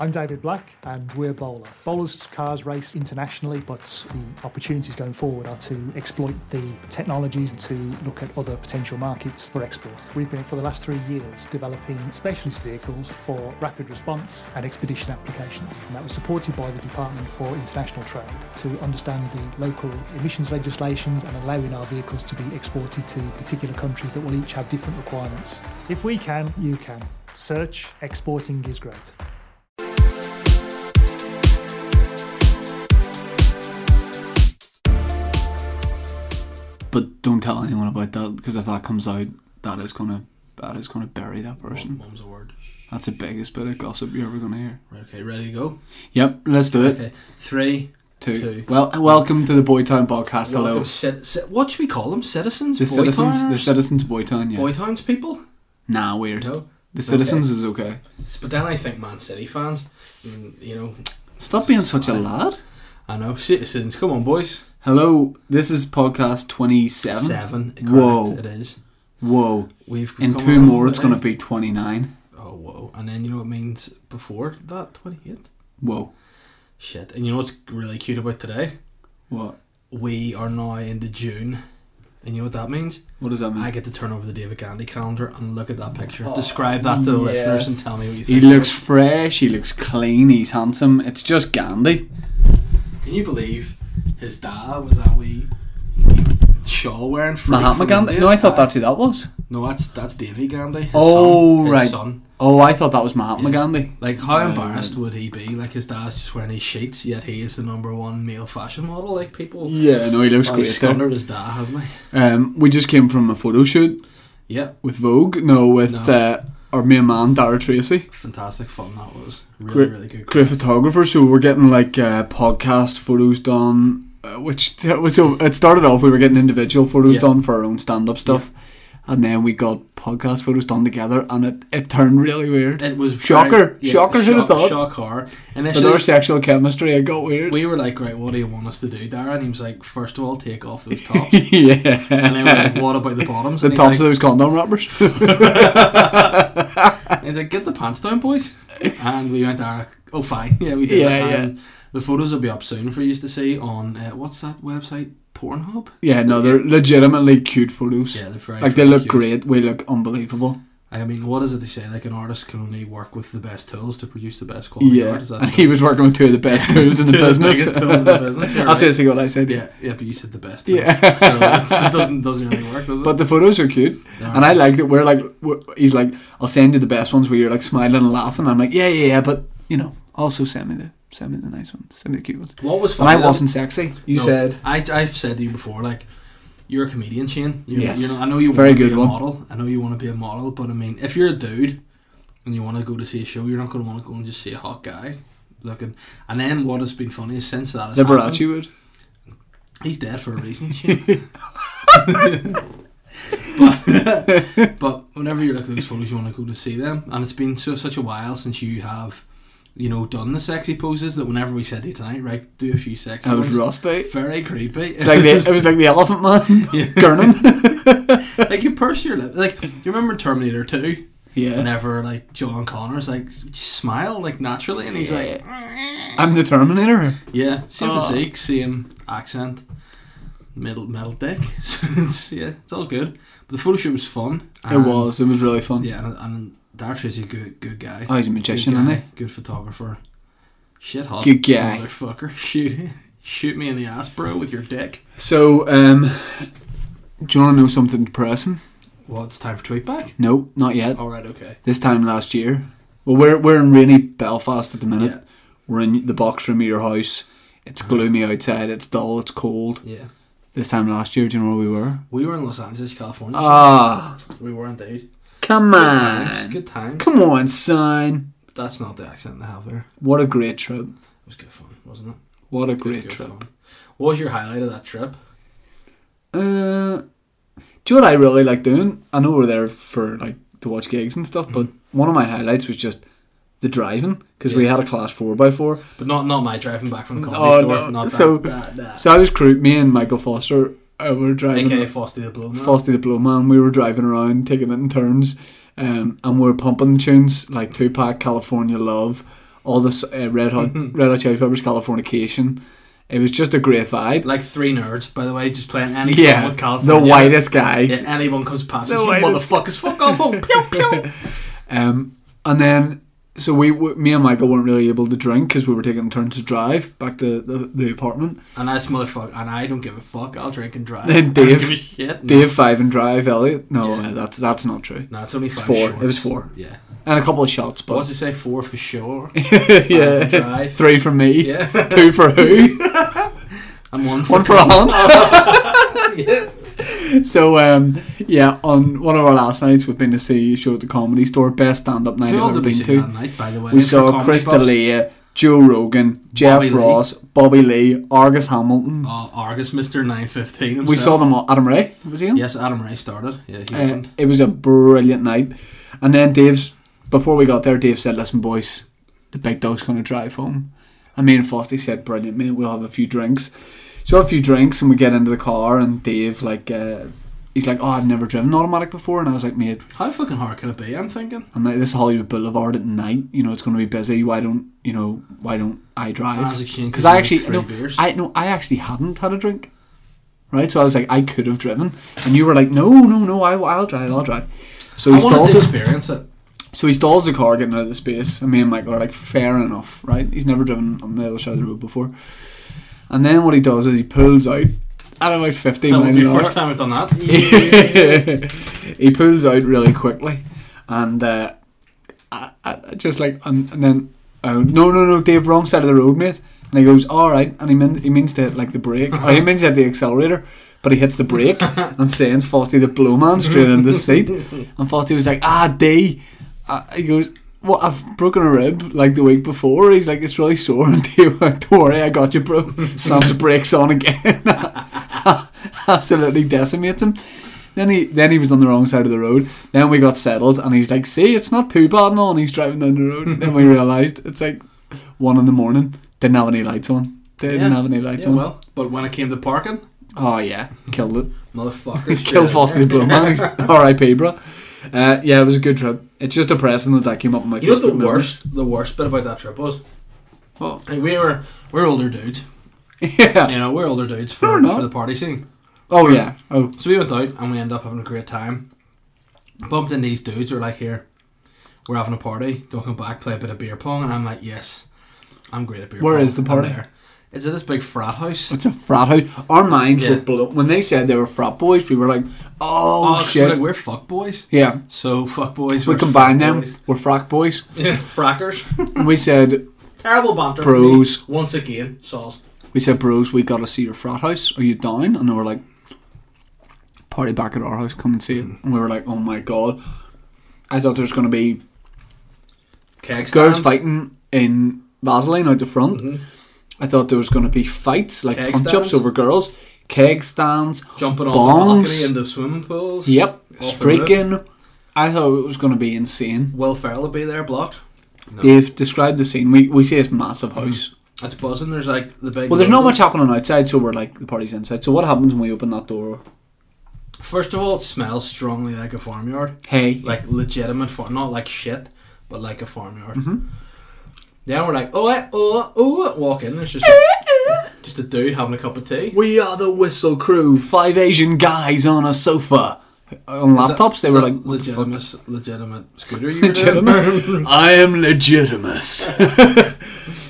I'm David Black, and we're Bowler. Bowler's cars race internationally, but the opportunities going forward are to exploit the technologies to look at other potential markets for export. We've been, for the last three years, developing specialist vehicles for rapid response and expedition applications. And that was supported by the Department for International Trade to understand the local emissions legislations and allowing our vehicles to be exported to particular countries that will each have different requirements. If we can, you can. Search Exporting is Great. But don't tell anyone about that because if that comes out, that is gonna that is gonna bury that person. Mum's a word. That's the biggest bit of gossip you're ever gonna hear. Right, okay, ready to go? Yep, let's do it. Okay, three. Two. two. Well, welcome to the Boytown podcast. Hello, Welcome, cit- cit- what should we call them? Citizens? the citizens, the Boytowners? citizens of Boytown. Yeah, Boy Towns people? nah, weird. No. The citizens is okay. But then I think Man City fans, mm, you know, Stop being such a lad. I know, citizens, come on, boys. Hello, this is podcast twenty-seven. Seven. correct, Whoa. It is. Whoa! We've In come eh? a two long more, it's way. gonna be twenty-nine. Oh, whoa. And then you know what it means before that? 28? Whoa! Shit. And you know what's really cute about today? What? We are now into June. And you know what that means? What does that mean? I get to turn over the David Gandy calendar and look at that picture. Describe that to the Oh, yes. listeners and tell me what you He think. looks fresh. He looks clean. He's handsome. It's just Gandhi. Can you believe his dad was that wee shawl wearing freak Mahatma from Gandhi. India? No, I thought that's who that was. No, that's that's Davy Gandhi. His Oh, son, his right. son. Oh, I thought that was Mahatma Yeah. Gandhi. Like how Right, embarrassed right. would he be? Like his dad's just wearing his sheets, yet he is the number one male fashion model. Like people, Yeah, no, he looks Oh, Mm. great. he's There. squandered his dad, hasn't he? Um, we just came from a photo shoot Yeah, with Vogue. No, with No. Uh, our main man Dara Tracy, fantastic fun that was. Really, Great- really good. great photographer. So we're getting like uh, podcast photos done, uh, which that was so. It started off we were getting individual photos Yeah. done for our own stand up stuff, and then we got podcast photos done together, and it, it turned really weird. It was Shocker. very- yeah, Shocker, who'd have thought? Shock horror. But our Initially, sexual chemistry, it got weird. we were like, right, what do you want us to do, Darren? And he was like, first of all, take off those tops. yeah. And then we're like, what about the bottoms? the And he's tops of like, those condom wrappers. and he's like, get the pants down, boys. And we went, ah, oh, fine. Yeah, we did. Yeah, it. yeah. And the photos will be up soon for you to see on, uh, what's that website? Pornhub? yeah, no, they're legitimately cute photos. Yeah, they're very like they very look cute. great. We look unbelievable. I mean, what is it they say? Like, an artist can only work with the best tools to produce the best quality Yeah, art. Is that and true? he was working with two of the best tools in the Two of the business. biggest tools in the business, you're That's right. basically what I said. Yeah, Yeah, yeah, but you said the best. Tools. Yeah. So it's, it doesn't doesn't really work, does it? but the photos are cute, They and I aren't. like that we're like we're, he's like I'll send you the best ones where you're like smiling and laughing. I'm like yeah, yeah, yeah, but you know also send me the send me the nice ones, send me the cute ones. What was And funny? I then- wasn't sexy. You No, said I, I've said to you before, like, you're a comedian, Shane. You, Yes. You know, I know you Very want to good be a one. model. I know you want to be a model, but I mean, if you're a dude and you want to go to see a show, you're not going to want to go and just see a hot guy looking. And then what has been funny is since that has happened, Liberace would. he's dead for a reason, Shane. but, but whenever you look at those photos, you want to go to see them. And it's been so such a while since you have, you know, done the sexy poses that whenever we said to you tonight, right, do a few sexy I was ones. rusty. Very creepy. It's like the, it was like the Elephant Man, Yeah. Kernan. like you purse your lip. Like you remember Terminator Two? Yeah, Whenever like John Connor's like smile like naturally, and he's like, I'm the Terminator. yeah, same Oh. physique, same accent, middle middle dick. So it's yeah, it's all good. But the photo shoot was fun. it was. It was really fun. Ah. Yeah, and, and Darsh is a good good guy. Oh, he's a magician, good, guy, isn't good photographer. Shit hot. Good guy. Motherfucker, shoot shoot me in the ass, bro, with your dick. he? So, um, do you want to know something depressing? Well, it's time for tweet back. No, not yet. All right, okay. This time last year. Well, we're we're in rainy Belfast at the minute. Yeah. Uh-huh. We're in the box room of your house. It's gloomy outside. It's dull. It's cold. Yeah, This time last year, do you know where we were? we were in Los Angeles, California. Ah, we were indeed. come Good times. on, Good times. come on, son. That's not the accent they have there. What a great trip. It was good fun, wasn't it? What a Good, great good trip. fun. What was your highlight of that trip? Uh, do you know what I really like doing? I know we're there for like to watch gigs and stuff, but one of my highlights was just the driving because we Mm-hmm. Yeah. had a class four by four. But not not my driving back from the comedy Oh, store. no. Not that. So- that, that. So I was crew, me and Michael Foster uh, were driving. AKA Foster the Blow Man. Frosty the Blow Man. We were driving around, taking it in turns, um, and we were pumping tunes like Tupac, California Love, all this uh, Red Hot Mm-hmm. Red Hot Chili Peppers Californication. It was just a great vibe. Like three nerds, by the way, just playing any song yeah, with California. the whitest guys. Yeah, anyone comes past, The us, you whitest- motherfuckers, fuck off! Oh, pew, pew. Um, and then, so we, we, me and Michael weren't really able to drink because we were taking turns to drive back to the, the apartment. And that's motherfucker, and I don't give a fuck. I'll drink and drive. Then I don't Dave- give a shit. No. Dave five and drive, Elliot. No, Mm. Yeah. uh, that's that's not true. No, it's only It's five four. short. It was four, Yeah. and a couple of shots, But what but does it say? Four for sure. Five for yeah, drive. three for me, Yeah. two for who, And one for, one for Alan. Yeah. so um, yeah, on one of our last nights, we've been to see a show at the Comedy Store, best stand up night Who all I've ever did we been see to. that night, by the way? We For saw comedy Chris buffs? D'Elia, Joe Rogan, Jeff Bobby Lee. Ross, Bobby Lee, Argus Hamilton. Oh, Argus, Mister Nine Fifteen. we saw them all. Adam Ray was he on? Yes, Adam Ray started. Yeah, he Uh, opened. it was a brilliant night. And then Dave's before we got there, Dave said, "Listen, boys, the big dog's going to drive home." And me and Fosty said, "Brilliant, mate. We'll have a few drinks." So a few drinks, and we get into the car, and Dave like. Uh, He's like, oh, I've never driven automatic before, and I was like, mate, How fucking hard can it be? I'm thinking. I'm like, this is Hollywood Boulevard at night. You know, it's going to be busy. Why don't you know? Why don't I And I was drive? like, Shane, Because I actually, three no, beers. I no, I actually hadn't had a drink, right? So I was like, I could have driven, and you were like, no, no, no, I, I'll drive, I'll drive. So he I wanted stalls to his, experience it. so he stalls the car getting out of the space, and me and Michael are like, fair enough, right? He's never driven on the other side of the road before, and then what he does is he pulls out at about fifty That would be miles the an hour first time I've done that. he pulls out really quickly, and uh, I, I I just like and, and then oh no no no Dave wrong side of the road mate, and he goes all right, and he mean, he means to hit like the brake, or he means to hit the accelerator, but he hits the brake and sends Fosty the blow man straight into the seat, and Fosty was like ah D, uh, he goes. Well, I've broken a rib like the week before. He's like, it's really sore. And Dave went, don't worry, I got you, bro. Snaps the brakes on again. Absolutely decimates him. Then he then he was on the wrong side of the road. Then we got settled, and he's like, "See, it's not too bad now." And he's driving down the road. then we realised it's like one in the morning. Didn't have any lights on. Didn't Yeah. have any lights yeah, on. well, but when it came to parking, Oh yeah, killed it. motherfucker, Killed Foster the Blue Man. He's- R.I.P. Bro. Uh, yeah, it was a good trip. It's just depressing that that came up in my. You know what the Facebook memories. worst, the worst bit about that trip was What? like, we were we're older dudes. Yeah. You know, we're older dudes Fair for, enough. for the party scene. Oh yeah. Oh. So we went out and we ended up having a great time. Bumped in these dudes who were like, "Here, we're having a party. Don't come back. Play a bit of beer pong." And I'm like, "Yes, I'm great at beer Where pong." is the I'm party? there." It's at this big frat house. It's a frat house. Our minds were Yeah. blown when they said they were frat boys. We were like, "Oh, Oh, 'cause shit!" We're, like, we're fuck boys. yeah, So fuck boys. we we're combined fuck them. boys. We're frat boys. Frackers. And we said, Terrible banter. Bros. Me, Once again, Sauls. we said, bros, we gotta see your frat house. Are you down? And they were like, party back at our house, come and see it. And we were like, oh my god. I thought there was gonna be girls Keg stands. Mm-hmm. fighting in Vaseline out the front. I thought there was gonna be fights like Keg punch ups stands. over girls, keg stands, Jumping off Bongs. the balcony into swimming pools. yep, the roof. streaking. I thought it was gonna be insane. Will Ferrell would be there, blocked. No. They've described the scene. We we see this massive house. It's buzzing. There's like the big. Well, there's not logo. much happening outside, so we're like the party's inside. So what happens when we open that door? First of all, it smells strongly like a farmyard, Hey, like legitimate farm, not like shit, but like a farmyard. Mm-hmm. Then we're like, oh, eh, oh, oh, walk in. There's just a, just a dude having a cup of tea. We are the Whistle Crew, five Asian guys on a sofa. On Is that- laptops, they is were that like, what the fuck? legitimate, legitimate scooter. You Legitimus? I am Legitimus.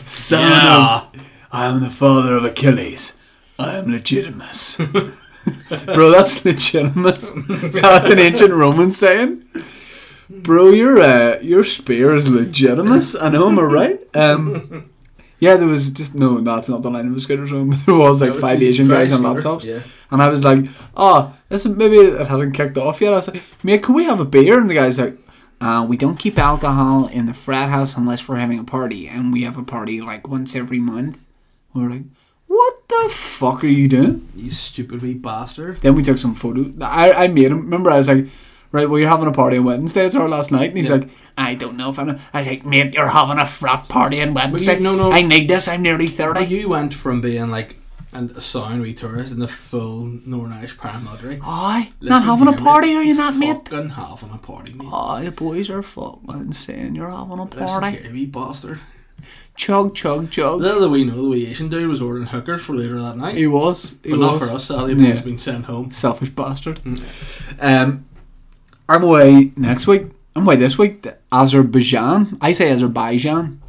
Son Yeah. of. I am the father of Achilles. I am Legitimus. Bro, that's Legitimus. That's an ancient Roman saying. Bro, your uh, your spear is Legitimus. I know, am I right? Um, yeah, there was just no. That's not the line of the scooters room, but there was like five Asian guys on laptops. Yeah. And I was like, oh, this is- maybe it hasn't kicked off yet. I was like, mate, can we have a beer? And the guy's like, uh, we don't keep alcohol in the frat house unless we're having a party. And we have a party like once every month. We were like, what the fuck are you doing? You stupid wee bastard. Then we took some photos. I, I made him. Remember, I was like, right, well, you're having a party on Wednesday. It's our last night. And he's Yeah. like, I don't know if I'm. A-. I was like, mate, you're having a frat party on Wednesday. no, no. I need this. I'm nearly 30. But you went from being like an, a sound wee tourist in the full Northern Irish paramilitary. Aye, not Listen having a here, party, mate. are you not, mate? Fucking having a party, mate. Oh, the boys are fucking saying you're having a Listen party. here, you bastard. chug, chug, chug. Little do we know, the wee Asian dude was ordering hookers for later that night. He was. He was. but not for us, sadly, but Yeah. he's been sent home. Selfish bastard. Mm. Um, I'm away next week. I'm away this week. to Azerbaijan. I say Azerbaijan.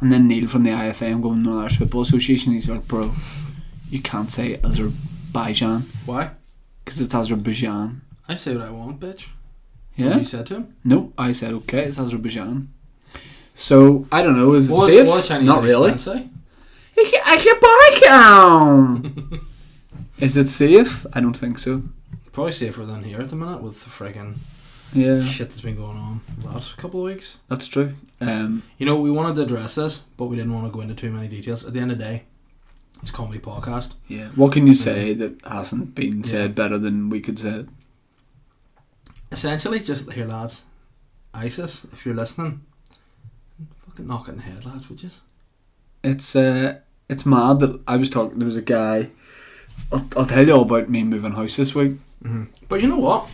And then Neil from the IFM going Northern Irish Football Association. He's like, bro, you can't say Azerbaijan Why? because it's Azerbaijan. I say what I want, bitch. What Yeah. you said to him. No, I said okay. It's Azerbaijan. So I don't know. Is it What, safe? what a Chinese eh? Not ice really. man say? Azerbaijan. Is it safe? I don't think so. Probably safer than here at the minute with the friggin' Yeah, shit that's been going on the last couple of weeks. that's true. Um, You know, we wanted to address this, but we didn't want to go into too many details. At the end of the day, it's a comedy podcast. yeah. What can you say that hasn't been said better than we could say? it? Essentially, just here, lads, ISIS, if you're listening, fucking knock it in the head, lads, would you? It's uh, it's mad that I was talking. There was a guy. I'll, I'll tell you all about me moving house this week. Mm-hmm. But you know what?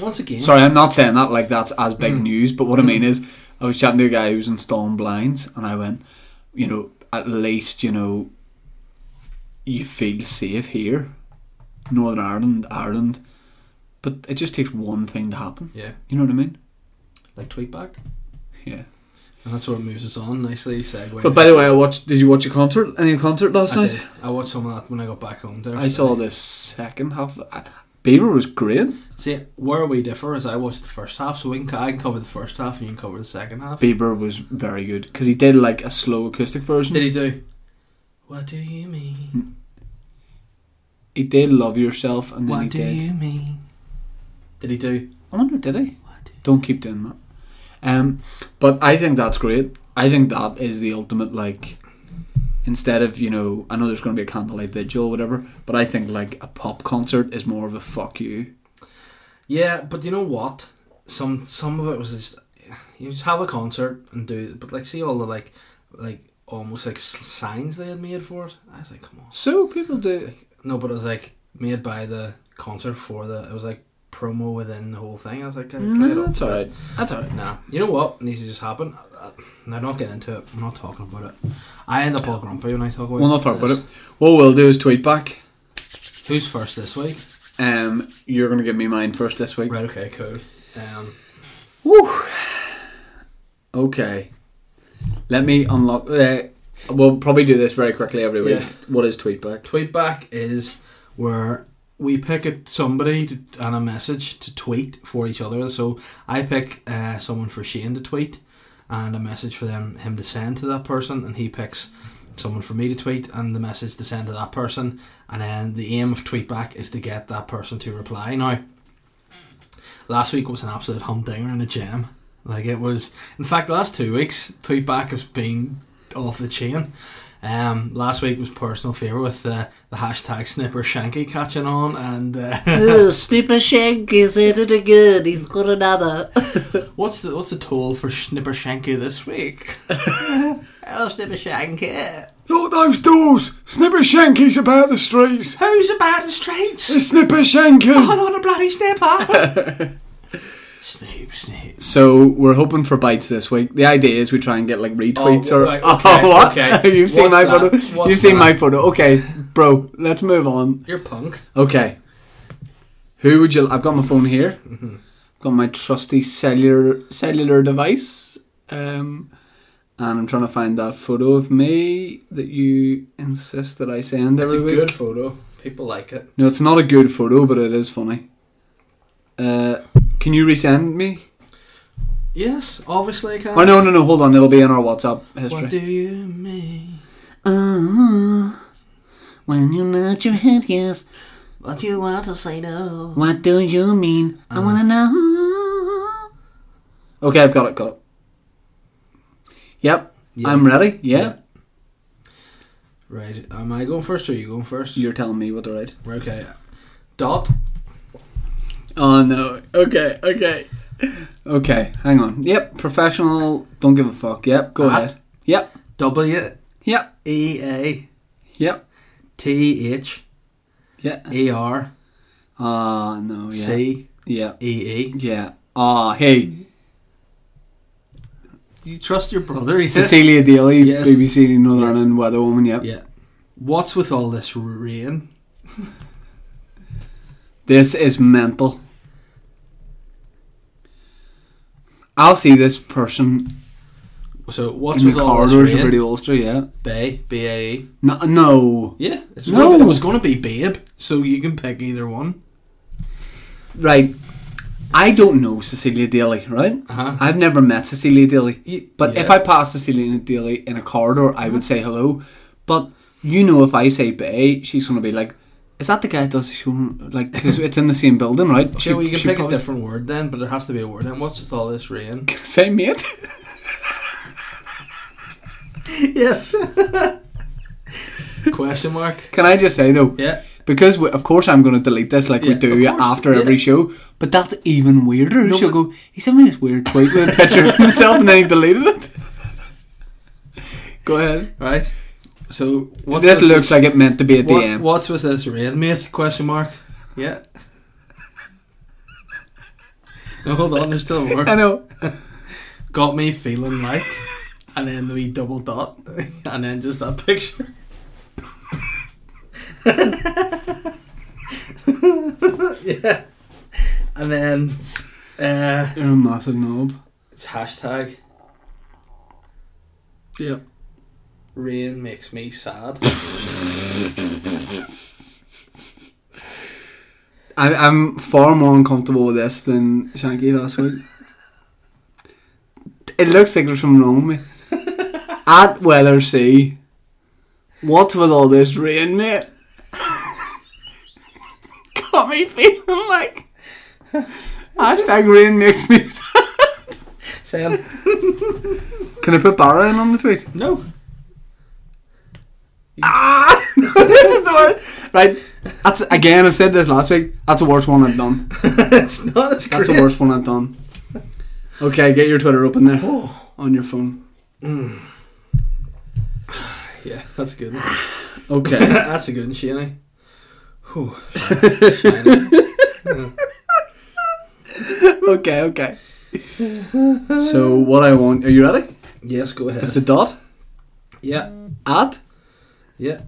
Once again, Sorry, I'm not saying that like that's as big Mm. news, but what I Mm. mean is, I was chatting to a guy who was installing blinds, and I went, you know, at least, you know, you feel safe here, Northern Ireland, Ireland, but it just takes one thing to happen. yeah, You know what I mean? like tweet back, Yeah. and that's what moves us on nicely. Segue. But by the way, I watched. Did you watch a concert? Any concert last I, night? did. I watched some of that when I got back home. There, I saw the second half. I- Bieber was great. See, where we differ is I watched the first half, so we can, I can cover the first half and you can cover the second half. Bieber was very good because he did like a slow acoustic version. Did he do? What do you Mm-hmm. mean? He did love yourself, and then he What do did. you mean? Did he do? I wonder, did he? What do you Don't keep doing that. Um, but I think that's great. I think that is the ultimate like. Instead of you know, I know there's going to be a candlelight vigil, or whatever. But I think like a pop concert is more of a fuck you. Yeah, but you know what? Some some of it was just you just have a concert and do, but like see all the like like almost like s- signs they had made for it. I was like, come on. So people do. No, but it was like made by the concert for the. It was like promo within the whole thing. I was like, guys, lay it No, Mm, off. that's all right. That's all right. Nah, you know what needs to just happen? Uh, No, don't get into it. I'm not talking about it. I end up all grumpy when I talk about it. We'll not talk about it. What we'll do is tweet back. Who's first this week? Um, you're going to give me mine first this week. Right, okay, cool. Um, Okay. Let me unlock. Uh, we'll probably do this very quickly every week. Yeah. What is tweetback? tweet back is where we pick a, somebody to, and a message to tweet for each other. So I pick uh, someone for Shane to tweet and a message for them him to send to that person, and he picks someone for me to tweet and the message to send to that person. And then the aim of tweet back is to get that person to reply. Now, last week was an absolute humdinger and a gem. Like it was. In fact, the last two weeks, tweet back has been off the chain. Um, last week was personal favourite with uh, the hashtag snipper shanky catching on, and uh, Snipper Shank is at it again. He's got another. what's the what's the toll for snipper shanky this week? oh, snipper shanky, Look those doors! Snipper Shanky's about the streets! who's about the streets? It's Snipper Shanky! on a bloody snipper. Snoop, Snoop. So we're hoping for bites this week. The idea is we try and get like retweets Oh, or right, okay, oh, what? okay. You've seen What's my that? photo. What's You've seen that? my photo. Okay, bro, let's move on. You're punk. Okay, who would you? I've got my phone here. Mm-hmm. I've got my trusty cellular cellular device, um, and I'm trying to find that photo of me that you insist that I send It's every a week. good photo. People like it. No, it's not a good photo, but it is funny. Uh, can you resend me? Yes, obviously I can. Oh no, no, no! Hold on, it'll be in our WhatsApp history. What do you mean? Uh, when you nod your head, yes. What do you want to say no? What do you mean? I wanna know. Uh-huh. Okay, I've got it. Got it. Yep, I'm ready. Yeah. Yeah. Right, am I going first or are you going first? you're telling me what to write. Right, Okay. Dot. Oh no. Okay, okay, okay. Hang on. Yep, professional. Don't give a fuck. Yep, go At. ahead. Yep, W yep, E A yep, T H yeah. E R Ah no. Yeah. C Yeah. E E Yeah. Ah hey. you trust your brother? He said. Cecilia Daly, Yes. BBC Northern Ireland weather woman. Yep. Yeah. What's with all this rain? This is mental. I'll see this person So what's in with the all this corridors of rain? Radio Ulster. Yeah. Bay, B A E. No, no. Yeah. It's No. It was going to be Babe, so you can pick either one. Right. I don't know Cecilia Daly. Right. Uh huh. I've never met Cecilia Daly. You- But if yeah. Uh-huh. I pass Cecilia Daly in a corridor, I would say hello. But you know, if I say Bay, she's going to be like, "Is that the guy that does the show?" Like, because it's in the same building, right? Okay, She- well, you can she pick probably- a different word then, but there has to be a word. And what's with all this rain? Say mate. yes. Question mark. Can I just say though? Yeah. Because we, of course I'm going to delete this like we Yeah, do of course, after yeah. every show. But that's even weirder. No, She'll go. He sent me this weird tweet with a picture of himself, and then he deleted it. go ahead. Right. So what's this with- looks like it meant to be a what- DM. What's with this rain, mate? Question mark. Yeah. No, hold on. There's still more. I know. got me feeling like, and then the wee double dot, and then just that picture. yeah, and then uh, You're a massive knob. it's hashtag Yeah. rain makes me sad. I, I'm far more uncomfortable with this than Shanky last week. It looks like there's something wrong with me. At Weather Sea, what's with all this rain, mate? Got me feeling like. Hashtag rain makes me. sad. Saying Can I put Barra in on the tweet? no, Ah! this is the worst! Right, that's, again, I've said this last week. That's the worst one I've done. it's not. It's That's great. the worst one I've done. Okay, get your Twitter open there Oh, on your phone. Mm. Yeah, that's a good. One. Okay. that's a good one, Shani. Whew. Shani. okay, okay. So what I want are you ready? yes, go It's the ahead. dot Yeah, at yeah,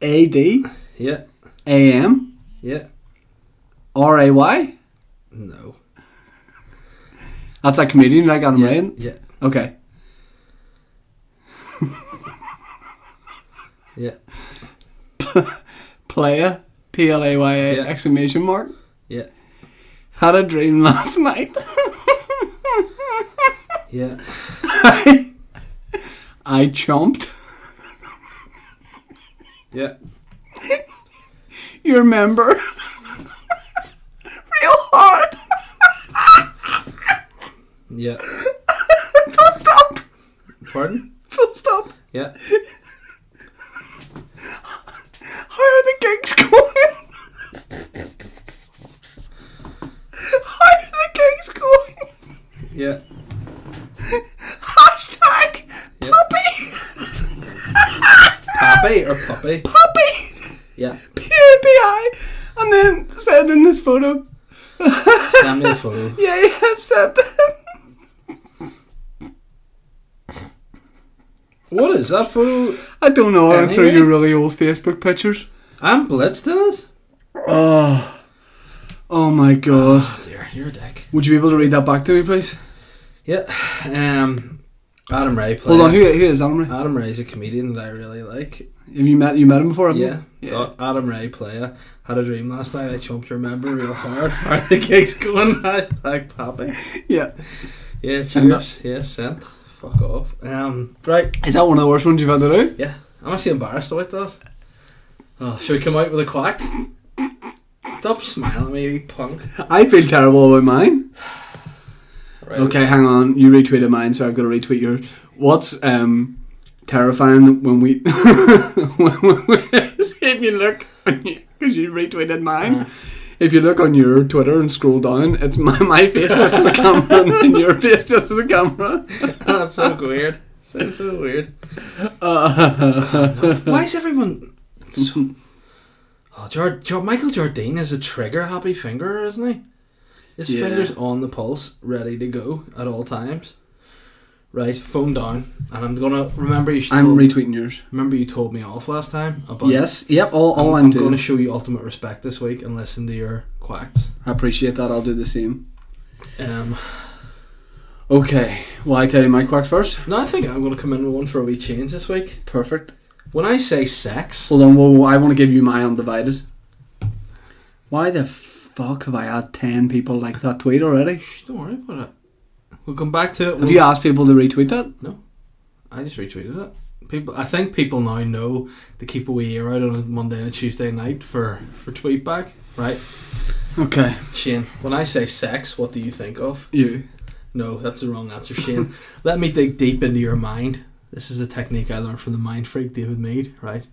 A D yeah, A M yeah. R A Y. No. That's a comedian like Adam yeah, Ryan. Yeah, Okay. yeah, Player P L A Y A Yeah. exclamation mark. yeah, Had a dream last night. yeah. I, I chomped. Yeah. You remember? Real hard. Yeah. Full stop. Pardon? Full stop. Yeah. How are the gigs going? How are the gigs going? Yeah. Hashtag Yeah. puppy. Pappy or puppy? Puppy. Yeah. P-A-P-I. And then send in this photo. Send me a photo. Yeah, yeah, I've sent it. What is that photo? I don't know. I'm through Anyway. your really old Facebook pictures. I'm blitzed in it. Oh. Oh my god. Oh dear, you're a dick. Would you be able to read that back to me, please? Yeah. Um Adam Ray player. Hold on. Who, who is Adam Ray? Adam Ray's a comedian that I really like. Have you met you met him before? haven't you? Yeah. Dot- Adam Ray player. Had a dream last night. I chumped your member real hard. How are the gigs going? Hashtag pappy. Yeah. Yeah, Send that. cheers. Yeah, sent. Fuck off. Um, right. Is that one of the worst ones you've had to do? Yeah, I'm actually embarrassed about that. Oh, should we come out with a quack? Stop smiling at me, you punk. I feel terrible about mine. Right. Okay, hang on. You retweeted mine, so I've got to retweet yours. What's um, terrifying when we, when we if you look because you retweeted mine. Uh. If you look on your Twitter and scroll down, it's my, my face just to the camera and then your face just to the camera. That's so weird. So, so weird. Uh, Why is everyone. So... Oh, Jard- Jar- Michael Jardine is a trigger happy fingerer, isn't he? His Yeah. finger's on the pulse, ready to go at all times. Right, phone down, and I'm gonna remember you. I'm told- retweeting yours. remember you told me off last time about. yes. Yep. All, all I'm, I'm, I'm doing. going to show you ultimate respect this week and listen to your quacks. I appreciate that. I'll do the same. Um, Okay. Well, I tell you my quack first. no, I think I'm going to come in with one for a wee change this week. Perfect. When I say sex, Hold on. Whoa, whoa, I want to give you my undivided. Why the fuck have I had ten people like that tweet already? Shh, don't worry about it. We'll come back to it. Have We'll- you asked people to retweet that? I just retweeted it. People, I think people now know to keep a wee ear out on a Monday and a Tuesday night for for tweet back. Right, Okay. Shane. When I say sex, what do you think of? You. No, that's the wrong answer, Shane. Let me dig deep into your mind. This is a technique I learned from the mind freak David Mead. Right,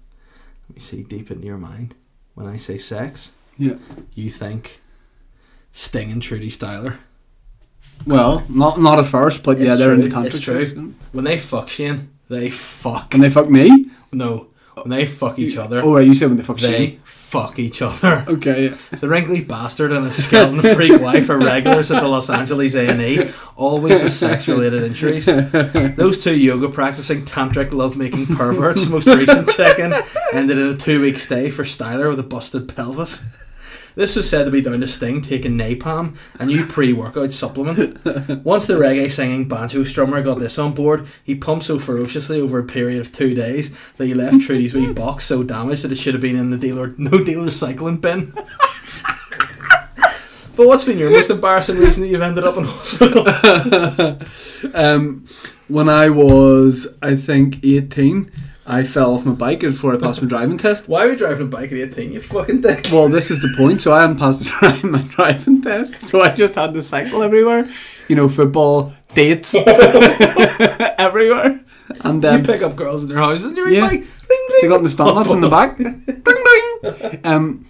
let me see deep into your mind. When I say sex, Yeah. you think Sting and Trudy Styler Well, not not at first, but yeah, It's they're in true, the tantric it's true. section. when they fuck Shane, they fuck. Can they fuck me? No, when they fuck each other. Oh, right, you said when they fuck They Shane. fuck each other. Okay. yeah. The wrinkly bastard and his skeleton freak wife are regulars at the Los Angeles A&E, always with sex-related injuries. Those two yoga practicing tantric lovemaking perverts' most recent check-in ended in a two-week stay for Styler with a busted pelvis. This was said to be down to Sting taking napalm, a new pre-workout supplement. Once the reggae singing banjo strummer got this on board, he pumped so ferociously over a period of two days that he left Trudy's wee box so damaged that it should have been in the dealer no dealer recycling bin. But what's been your most embarrassing reason that you've ended up in hospital? um, when I was, I think, 18, I fell off my bike before I passed my driving test. Why are we driving a bike at 18, you fucking dick? Well, this is the point. So I hadn't passed the dri- my driving test, so I just had to cycle everywhere. You know, football, dates, everywhere. And You um, pick up girls in their houses and you're Yeah. yeah. bike. Ring, They ring. got the standards in the back. Bling, bling. Um,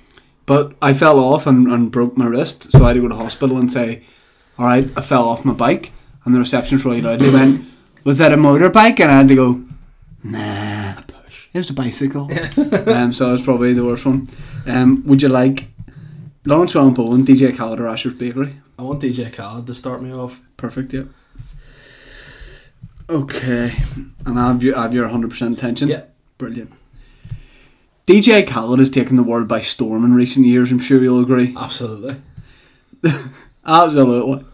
but I fell off and, and broke my wrist, so I had to go to hospital and say, "All right, I fell off my bike." And the receptionist really loudly went, "Was that a motorbike?" And I had to go, "Nah, it was a bicycle." um, so that was probably the worst one. Um, would you like Lawrence Wellenpool and DJ Khaled or Asher's Bakery? I want DJ Khaled to start me off. Perfect. Yeah. Okay, and I have you I have your hundred percent attention. Yeah. Brilliant. DJ Khaled has taken the world by storm in recent years, I'm sure you'll agree. Absolutely. Absolutely.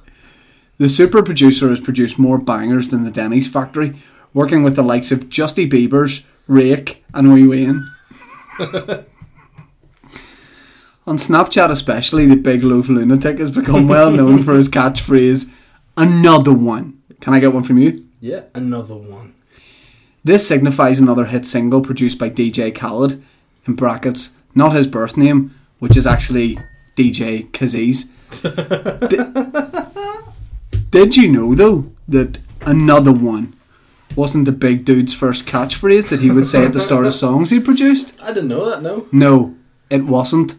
The super producer has produced more bangers than the Denny's factory, working with the likes of Justy Bieber's, Rake, and Wee Wayne. On Snapchat, especially, the big loaf lunatic has become well known for his catchphrase, another one. Can I get one from you? Yeah. Another one. This signifies another hit single produced by DJ Khaled, in brackets, not his birth name, which is actually DJ Kaziz. Di- Did you know, though, that another one wasn't the big dude's first catchphrase that he would say at the start of songs he produced? I didn't know that, no. No, it wasn't.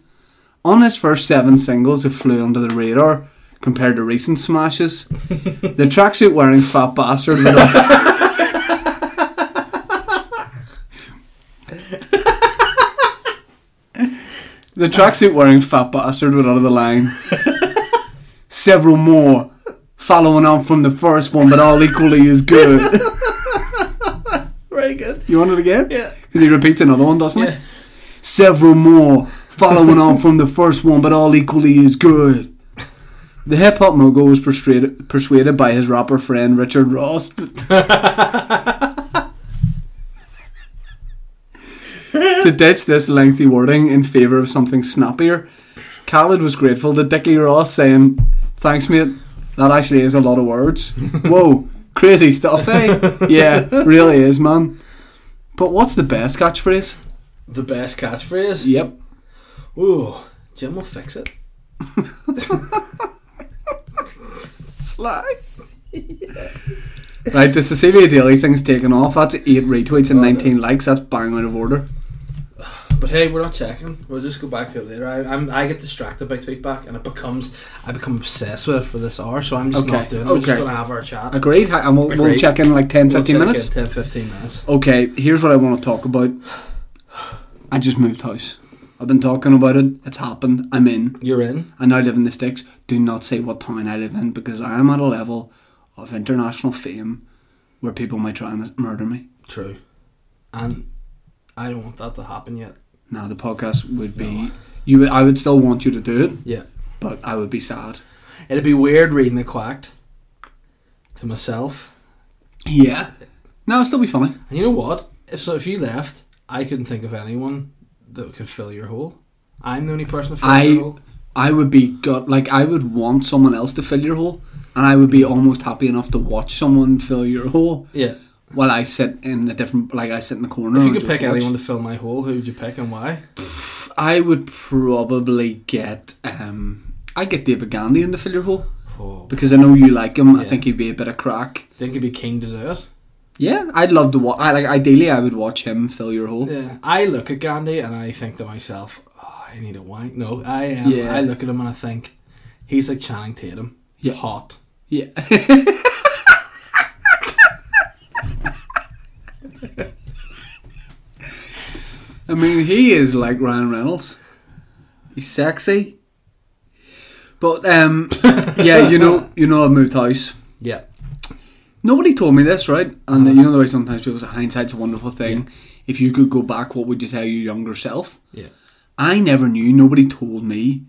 On his first seven singles, it flew under the radar compared to recent smashes. the tracksuit wearing fat bastard would The tracksuit wearing fat bastard went out of the line. Several more following on from the first one, but all equally as good. Very good. You want it again? Yeah. Because he repeats another one, doesn't Yeah. he? Several more following on from the first one, but all equally as good. The hip hop mogul was persuaded, persuaded by his rapper friend Richard Ross. t- to ditch this lengthy wording in favour of something snappier, Khaled was grateful to Dickie Ross, saying, Thanks, mate. That actually is a lot of words. Whoa, crazy stuff, eh? Yeah, really is, man. But what's the best catchphrase? The best catchphrase. Yep. Ooh, Jim will fix it. Right, the Cecilia Daily thing's taken off. That's eight retweets and 19 likes. That's bang out of order. But hey, we're not checking. We'll just go back to it later. I I'm, I get distracted by tweetback, and it becomes I become obsessed with it for this hour. So I'm just Okay, not doing. it. We're just okay. gonna have our chat. Agreed? Hi- And we'll, we'll Agreed. check in like 10, 15 We'll check minutes. in 10, 15 minutes. Okay, here's what I want to talk about. I just moved house. I've been talking about it. It's happened. I'm in. You're in. I now live in the sticks. Do not say what town I live in because I am at a level of international fame where people might try and murder me. True. And I don't want that to happen yet. Now the podcast would be you. would- I would still want you to do it, Yeah. but I would be sad. It'd be weird reading it quacked to myself. Yeah. No, it'd still be funny. And you know what? If so, if you left, I couldn't think of anyone that could fill your hole. I'm the only person that fills I- your hole. I would be gut like I would want someone else to fill your hole, and I would be almost happy enough to watch someone fill your hole Yeah. while I sit in a different like I sit in the corner. If you and could just pick watch. anyone to fill my hole, who would you pick and why? I would probably get um I get David Gandy in the fill your hole Oh, I because I know you like him. I Yeah. think he'd be a bit of crack. think it'd be king to do it. Yeah, I'd love to watch. I like ideally I would watch him fill your hole. Yeah. I look at Gandhi and I think to myself, oh, I need a wank. No, I am. Yeah. I look at him and I think, he's like Channing Tatum. Yeah. Hot. Yeah. I mean, he is like Ryan Reynolds. He's sexy. But um, yeah, you know, you know, I moved house. Yeah. Nobody told me this, right? And you know the way sometimes people say hindsight's a wonderful thing. If you could go back, what would you tell your younger self? Yeah. I never knew. Nobody told me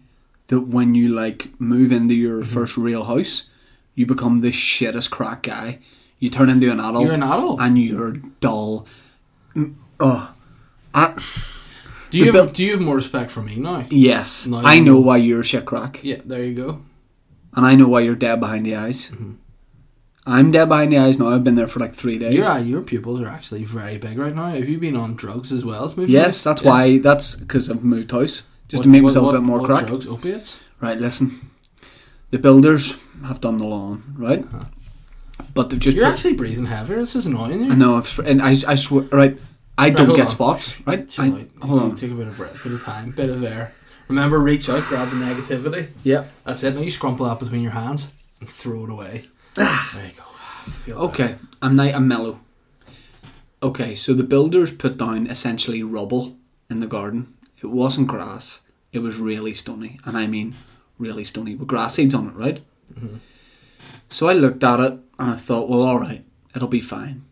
that when you like move into your Mm-hmm. first real house, you become the shittest crack guy. You turn into an adult. You're an adult. and you're dull. Mm, Oh, I, Do you The have, bill- do you have more respect for me now? yes, No, I you know don't. why you're a shit crack, Yeah, there you go. and I know why you're dead behind the eyes. Mm-hmm. I'm dead behind the eyes now. I've been there for like three days. Your eye- your pupils are actually very big right now. Have you been on drugs as well as moving? Yes, that's why. That's because I've moved house just to make myself a bit more what crack. Drugs, opiates. Right, listen. The builders have done the lawn, right? But they've just Uh-huh. You're put- actually breathing heavier. This is annoying you. I know. I've, and I, I swear, right? I don't hold get on. spots, right? Chill I, out. Take, hold on. Take a bit of breath, bit of time, bit of air. Remember, reach out, grab the negativity. Yeah. That's it. Now you scrumple that between your hands and throw it away. there you go. I feel better. Ah. Okay. I'm night. I'm mellow. Okay. So the builders put down essentially rubble in the garden. It wasn't grass. It was really stony, and I mean really stony with grass seeds on it, right? Mm-hmm. So I looked at it and I thought, well, all right, it'll be fine.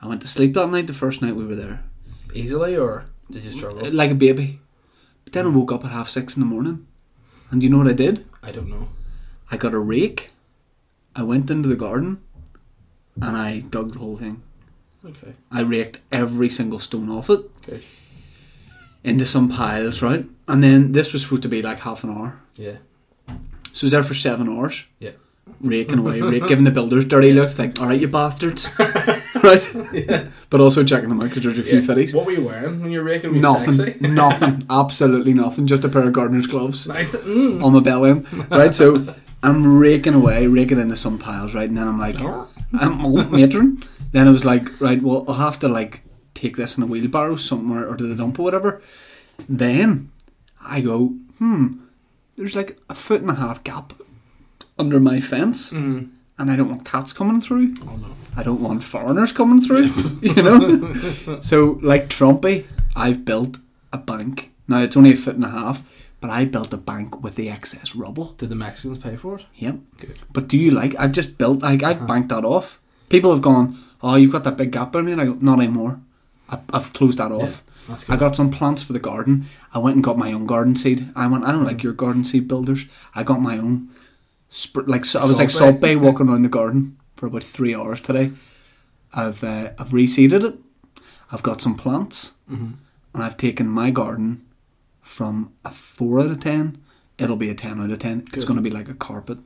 I went to sleep that night. The first night we were there. Easily or did you struggle? like a baby. But then I Mm-hmm. woke up at half six in the morning, and you know what I did? I don't know. I got a rake. I went into the garden, and I dug the whole thing. Okay. I raked every single stone off it Good. into some piles, right? And then this was supposed to be like half an hour, Yeah. so I was there for seven hours. Yeah. Raking away, rake, giving the builders dirty looks, like, all right, you bastards, right? But also checking them out because there's a few Yeah. fitties. What were you wearing when you were raking? Were you Nothing, sexy? nothing, absolutely nothing. Just a pair of gardener's gloves. Nice. Mm. on my belly, right? So I'm raking away, raking into some piles, right? And then I'm like, I'm old matron. Then I was like, right, well, I'll have to like take this in a wheelbarrow somewhere or to the dump or whatever. Then I go, hmm, there's like a foot and a half gap under my fence, Mm. and I don't want cats coming through. Oh no. I don't want foreigners coming through, you know? so, like Trumpy, I've built a bank. Now, it's only a foot and a half, but I built a bank with the excess rubble. Did the Mexicans pay for it? Yep. Good. But do you like, I've just built, like, I've Uh-huh. banked that off. People have gone, oh, you've got that big gap there, man. I go, not anymore. I, I've closed that off. That's I got some plants for the garden. I went and got my own garden seed. I went. I don't Mm. like your garden seed builders. I got my own. Sp- like so, I was Salt like Bae. salt bay walking around the garden for about three hours today. I've uh, I've reseeded it. I've got some plants, Mm-hmm. and I've taken my garden from a four out of ten. It'll be a ten out of ten. It's Good. going to be like a carpet.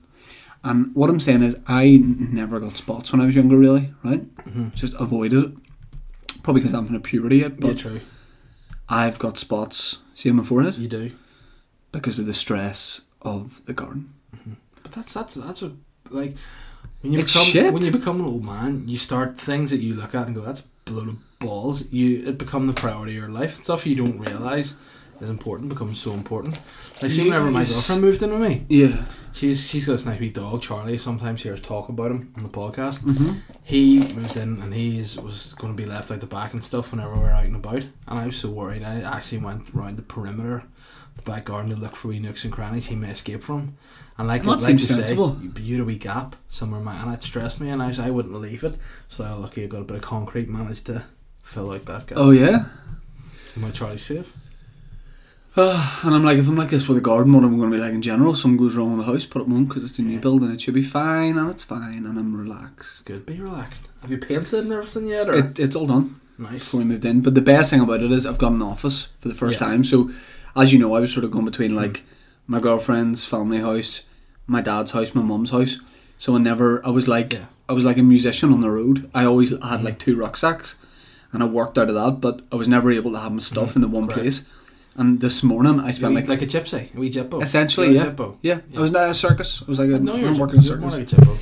And what I'm saying is, I n- never got spots when I was younger, really. Right? Mm-hmm. Just avoided it. Probably because I'm in a puberty yet. But Yeah, true. I've got spots, see on my forehead, You do. because of the stress of the garden. But that's that's that's what like when you It's become shit. when you become an old man, you start things that you look at and go, "That's a load of balls." You it become the priority of your life. Stuff you don't realize is important becomes so important. Like, see, Yes. whenever my girlfriend moved in with me, Yeah. she's she's got this nice wee dog, Charlie. Sometimes hears talk about him on the podcast. Mm-hmm. He moved in and he is, was going to be left out the back and stuff whenever we were out and about. And I was so worried. I actually went round the perimeter, the back garden to look for wee nooks and crannies he may escape from. And like, That like seems you sensible. say, you- you had a wee gap somewhere, man. And it stressed me and I was, I wouldn't leave it. So I lucky I got a bit of concrete, managed to fill out that gap. Oh yeah. Am I Charlie safe? Ah, and I'm like, if I'm like this with a garden, what am I going to be like in general? Something goes wrong with the house, but it won't because it's a new Yeah. build and it should be fine and it's fine and I'm relaxed. Good. Be relaxed. Have you painted and everything yet? Or? It, it's all done. nice. before we moved in. But the best thing about it is I've got an office for the first Yeah. Hmm. time. So, as you know, I was sort of going between like my girlfriend's family house, my dad's house, my mum's house. So I never, I was like, Yeah. Hmm. I was like a musician on the road. I always had like two rucksacks, and I worked out of that. But I was never able to have my stuff in the one correct. place. And this morning I Hmm. You spent like, like, like a gypsy, a wee gyppo. Essentially, You're a yeah. gyppo. yeah, yeah. I was not a circus. I was like, a, No, you're I'm a working a gyppo. You're more circus. like a gyppo.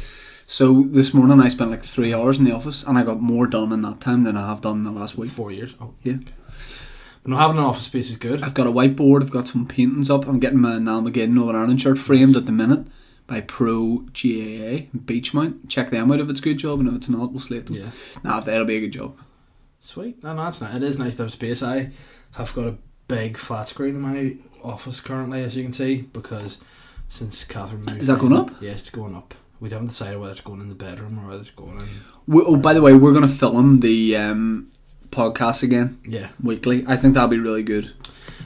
So this morning I spent like three hours in the office, and I got more done in that time than I have done in the last week. Four years. Oh, Yeah. okay. But no, having an office space is good. I've got a whiteboard. I've got some paintings up. I'm getting my Namagidan Northern Ireland shirt framed at the minute by Pro GAA and Beachmount. Check them out if it's a good job, and if it's not, we'll slate them. Yeah. Nah, that'll be a good job. Sweet. No, no, that's nice. It is nice to have space. I have got a big flat screen in my office currently, as you can see, because since Catherine moved, Is that in- going up? Yeah, it's going up. We haven't decided whether it's going in the bedroom or whether it's going in. We, oh, by the way, we're gonna film the um, podcast again Yeah. weekly. I think that'll be really good.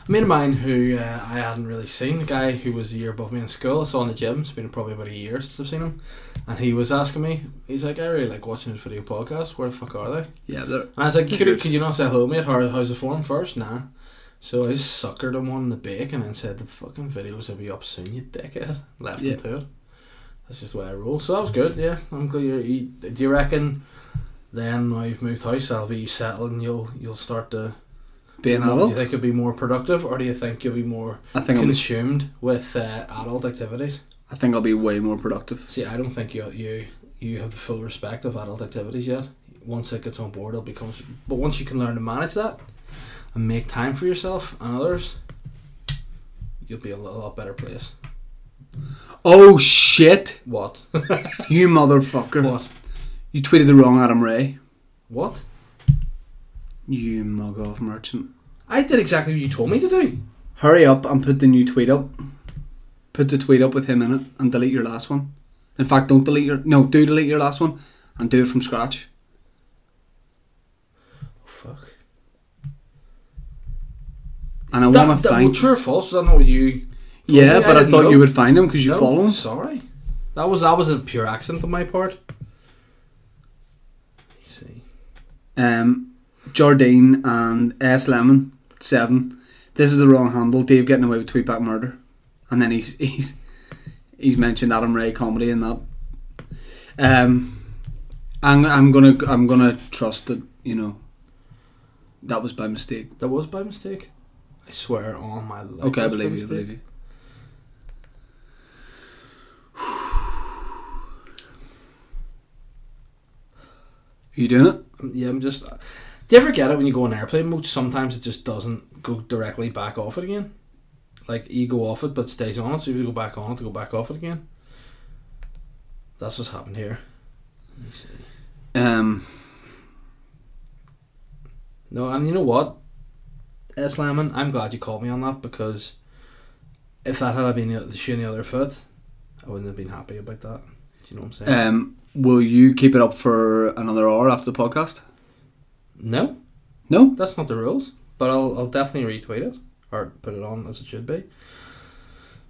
A mate of mine who uh, I hadn't really seen, a guy who was a year above me in school, I saw in the gym, it's been probably about a year since I've seen him, and he was asking me, he's like, I really like watching his video podcast, where the fuck are they? And Yeah, they're- I was like, They're could, good. could you not say hello mate, How, how's the form first? Nah. So I just suckered him on the bake and then said, the fucking videos will be up soon, you dickhead. Left Yeah. him to it. That's just the way I roll. So that was good, yeah. I'm glad you, you, do you reckon then now you've moved house, I'll be settled and you'll, you'll start to being you know, Do you adult. think you'll be more productive, or do you think you'll be more I think I'll be, consumed with uh, adult activities? I think I'll be way more productive. See, I don't think you you you have the full respect of adult activities yet. Once it gets on board, it'll become. But once you can learn to manage that and make time for yourself and others, you'll be a lo- lot better place. Oh shit, What? you motherfucker! what? You tweeted the wrong Adam Ray. What? You mug off merchant. I did exactly what you told me to do. Hurry up and put the new tweet up. Put the tweet up with him in it and delete your last one. In fact, don't delete your no, do delete your last one and do it from scratch. Oh, Fuck. And I that, want to that- well, thank true or false? Was that not what you? yeah, me, I but I, didn't thought know. you would find him because you no, follow him. Sorry, that was that was a pure accident on my part. see. Um, Jardine and S Lemon seven. This is the wrong handle. Dave getting away with tweet back murder, and then he's he's he's mentioned Adam Ray comedy and that. Um, I'm I'm gonna I'm gonna trust that you know. That was by mistake. That was by mistake. I swear on my life. Okay, I it was by believe you. I mistake. believe you. Are you doing it? Um, Yeah, I'm just. Do you ever get it when you go on airplane mode? Sometimes it just doesn't go directly back off it again. Like you go off it, but it stays on it. So if you go back on it, to go back off it again. That's what's happened here. Let me see. Um, No, and you know what, S. Lemon, I'm glad you caught me on that because if that had been the shoe on the other foot, I wouldn't have been happy about that. Do you know what I'm saying? um, will you keep it up for another hour after the podcast? no, No. that's not the rules. But I'll, I'll definitely retweet it or put it on as it should be.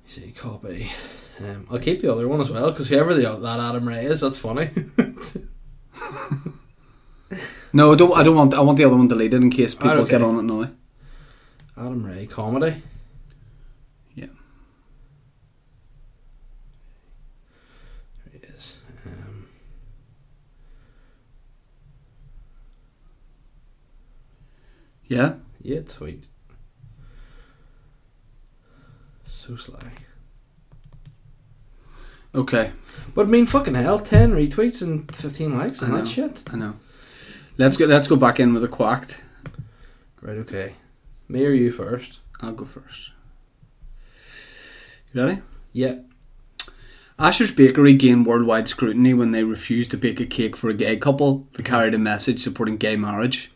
See, copy. Um, I'll keep the other one as well because whoever the, that Adam Ray is, that's funny. No, I don't. I don't want. I want the other one deleted in case people Alright, okay. get on it now. Adam Ray comedy. Yeah. There he is. Um, Yeah. yeah, tweet. So sly. Okay. But I mean, fucking hell, 10 retweets and 15 likes and I that know. shit. I know. Let's go. Let's go back in with a quacked. Right, okay. Me or you first? I'll go first. You ready? Yeah. Asher's Bakery gained worldwide scrutiny when they refused to bake a cake for a gay couple that carried a message supporting gay marriage.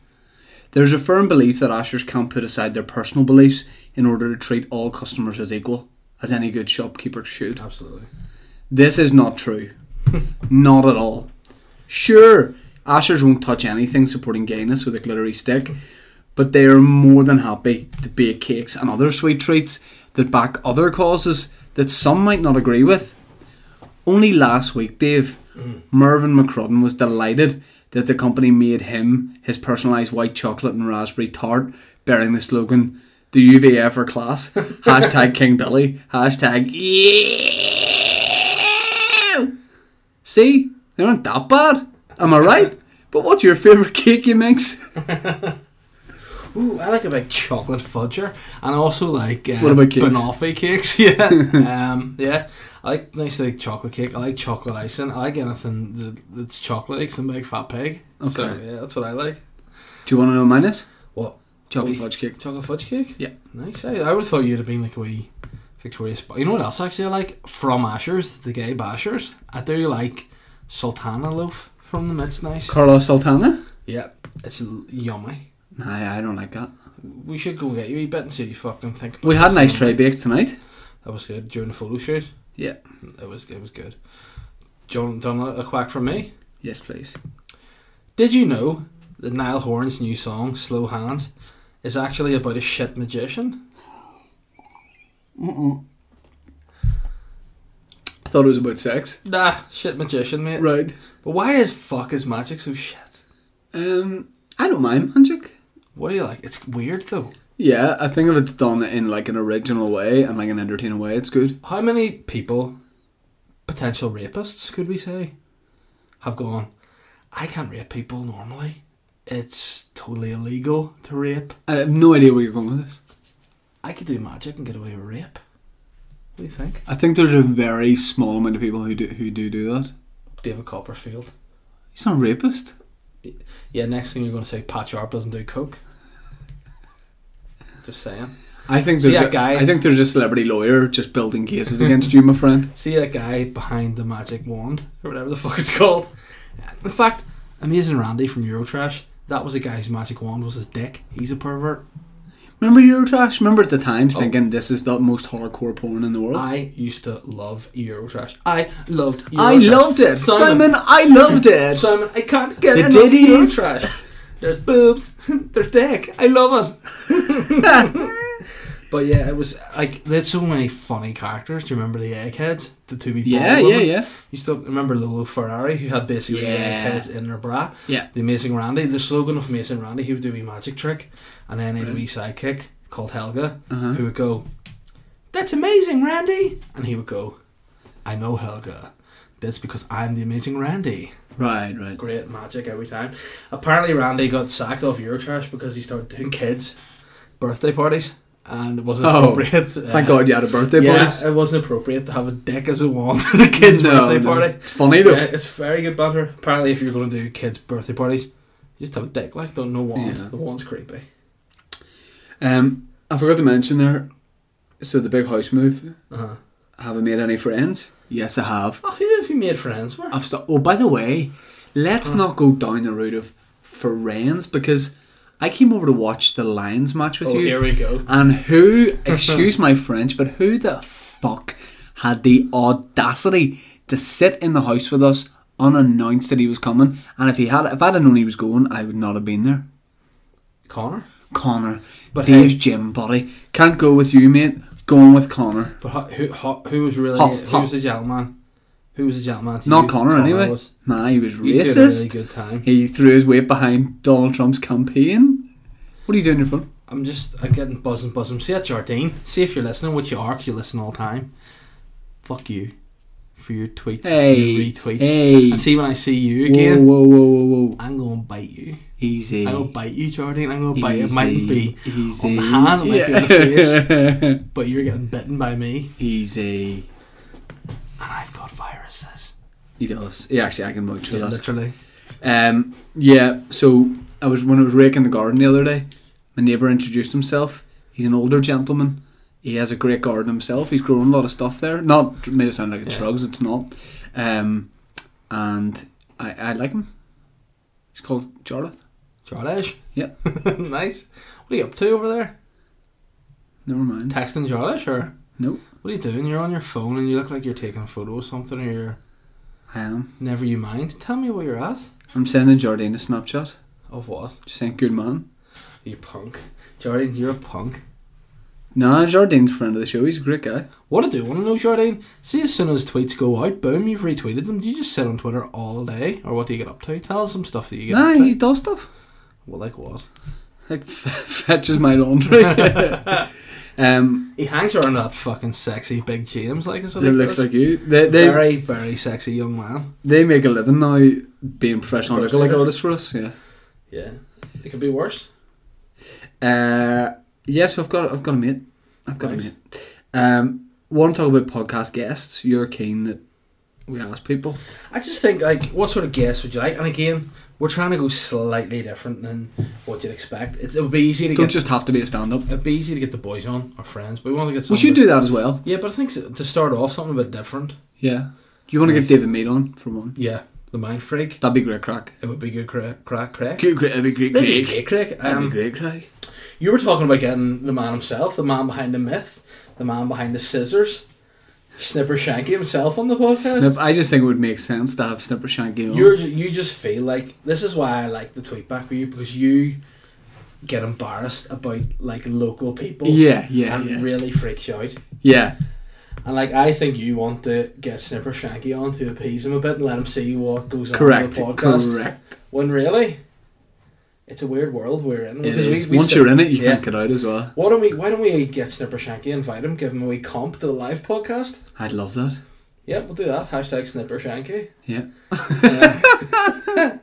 There's a firm belief that Ashers can't put aside their personal beliefs in order to treat all customers as equal, as any good shopkeeper should. Absolutely. This is not true. not at all. Sure, Ashers won't touch anything supporting gayness with a glittery stick, but they are more than happy to bake cakes and other sweet treats that back other causes that some might not agree with. Only last week, Dave, Mervyn McCrudden was delighted that the company made him his personalised white chocolate and raspberry tart bearing the slogan, the UVA for class, hashtag King Billy, hashtag yeah. See, they aren't that bad. Am I right? But what's your favourite cake you mix? Ooh, I like a big chocolate fudger, and I also like uh, What about cakes? banoffee cakes. Yeah, um, yeah. I like nice like chocolate cake. I like chocolate icing. I like anything that, that's chocolate, like some big fat pig. So, Okay. yeah, that's what I like. Do you want to know mine is? What? Chocolate fudge cake. Chocolate fudge cake. Yeah. nice. I, I would have thought you'd have been like a wee Victoria's. Sp- you know what else actually I like from Ashers, the gay bashers. I do like sultana loaf from them. It's nice. Carlos Sultana? yeah, it's l- yummy. Nah, I don't like that. We should go get you a bit and see what you fucking think. about We had this nice one. tray bakes tonight. That was good during the photo shoot. Yeah. It was it was good. John done a quack from me. Yes, please. Did you know that Niall Horan's new song "Slow Hands" is actually about a shit magician? I thought it was about sex. Nah, shit magician, mate. Right. But why is fuck is magic so shit? Um, I don't mind magic. What do you like? It's weird though. Yeah, I think if it's done in like an original way and like an entertaining way, it's good. How many people, potential rapists, could we say, have gone? I can't rape people normally. It's totally illegal to rape. I have no idea where you're going with this. I could do magic and get away with rape. What do you think? I think there's a very small amount of people who do who do, do that. David Copperfield. He's not a rapist. Yeah, next thing you're going to say, Pat Sharp doesn't do coke. Just saying. I think See there's that a- guy? I think there's a celebrity lawyer just building cases against you, my friend. See that guy behind the magic wand or whatever the fuck it's called. In fact, Amazing Randy from Eurotrash. That was a guy whose magic wand was his dick. He's a pervert. Remember Eurotrash? Remember at the time Oh. thinking this is the most hardcore porn in the world. I used to love Eurotrash. I loved. Eurotrash. I loved it, Simon. I loved it. Simon, I can't get The enough ditties. Eurotrash. There's boobs. There's dick. I love it. But yeah, it was like they had so many funny characters. Do you remember the eggheads? The two wee bald yeah, yeah, women? yeah. You still remember Lolo Ferrari, who had basically Yeah. eggheads in her bra? Yeah. The Amazing Randy, the slogan of Amazing Randy, he would do a wee magic trick, and then he had a wee sidekick called Helga, Uh-huh. who would go, "That's amazing, Randy," and he would go, "I know Helga. That's because I'm the Amazing Randy." Right, right. Great magic every time. Apparently, Randy got sacked off Eurotrash because he started doing kids' birthday parties, and it wasn't Oh, appropriate. Uh, Thank God you had a birthday yeah, party. it wasn't appropriate to have a dick as a wand at a kid's No, birthday no. party. It's funny though. Yeah, it's very good banter. Apparently, if you're going to do kids' birthday parties, just have a dick, like don't know wand. Yeah. The wand's creepy. Um, I forgot to mention there. So the big house move. Uh-huh. Have I made any friends? Yes, I have. Oh, who have you made friends with? I've stopped. Oh, by the way, let's not go down the route of friends because I came over to watch the Lions match with Oh, you. here we go. And who, excuse my French, but who the fuck had the audacity to sit in the house with us unannounced that he was coming? And if he had, if I'd have known he was going, I would not have been there. Connor. Connor, But Dave's gym buddy, can't go with you, mate. Going with Connor. But ho- who, ho- who was really Hot, who hot. was the gentleman? Who was the gentleman? to Not you? Connor, anyway. Was. Nah, he was You two had a racist. really good time. He threw his weight behind Donald Trump's campaign. What are you doing in your phone? I'm just I'm getting buzzing buzzing. See that Jardine. See if you're listening, which you are, 'cause you listen all the time. Fuck you for your tweets, your Hey, retweets. hey. And see when I see you Whoa, again, whoa, whoa, whoa, whoa. I'm gonna bite you. Easy. I'm gonna bite you, Jardine. I'm gonna bite. you. It mightn't be easy. on the hand, it might be on the face. but you're getting bitten by me, easy. and I've got viruses. He does. He actually, I can vouch for Yeah, that. literally. Um, yeah. So I was when I was raking the garden the other day. My neighbour introduced himself. He's an older gentleman. He has a great garden himself. He's grown a lot of stuff there. Not made it sound like it Yeah. shrugs. It's not. Um, and I, I like him. He's called Jarlath. Jarlash? Yeah. nice. What are you up to over there? Never mind. Texting Jarlash or? No, What are you doing? You're on your phone and you look like you're taking a photo of something or you're I am. never you mind. Tell me where you're at. I'm sending Jardine a Snapchat. Of what? Just saying, good man. You punk. Jardine, you're a punk. Nah, Jardine's a friend of the show. He's a great guy. What I do want to know, Jardine, see as soon as tweets go out, boom, you've retweeted them. Do you just sit on Twitter all day? Or what do you get up to? Tell us some stuff that you get nah, up to. he does stuff. Well, like what? Like f- fetches my laundry. um, He hangs around that fucking sexy big James like is that what he looks does. like you. They, they, very, very sexy young man. they make a living now being professional Of course lookalike they do. artists for us. Yeah. Yeah. It could be worse. Uh, yeah, so I've got I've got a mate. I've got Nice. a mate. Um, want to talk about podcast guests? You're keen that we ask people. I just think like what sort of guests would you like? And again, we're trying to go slightly different than what you'd expect. It, it would be easy to Don't get just have to be a stand up. it'd be easy to get the boys on, our friends, but we want to get We something should a bit- do that as well. Yeah, but I think s- to start off something a bit different. Yeah. Do you want to get David Mead on for one? Yeah, the mind freak. That'd be great crack. It would be good crack crack crack. Good, great, that'd be great That'd be crack. great, Craig. That'd be Um, great crack. you were talking about getting the man himself, the man behind the myth, the man behind the scissors, Snipper Shanky himself on the podcast. Snip, I just think it would make sense to have Snipper Shanky on. You're ju- you just feel like this is why I like the tweet back with you because you get embarrassed about like local people. yeah, yeah, and yeah. really freaks you out. yeah. And like I think you want to get Snipper Shanky on to appease him a bit and let him see what goes on in Correct, the podcast. correct. When really, it's a weird world we're in. It because we- is. we Once sit- you're in it, you yeah. can't get out as well. Why don't we? Why don't we get Snipper Shanky, invite him, give him a wee comp to the live podcast? I'd love that. Yeah, we'll do that. Hashtag Snipper Shanky. Yeah. Uh, Yeah.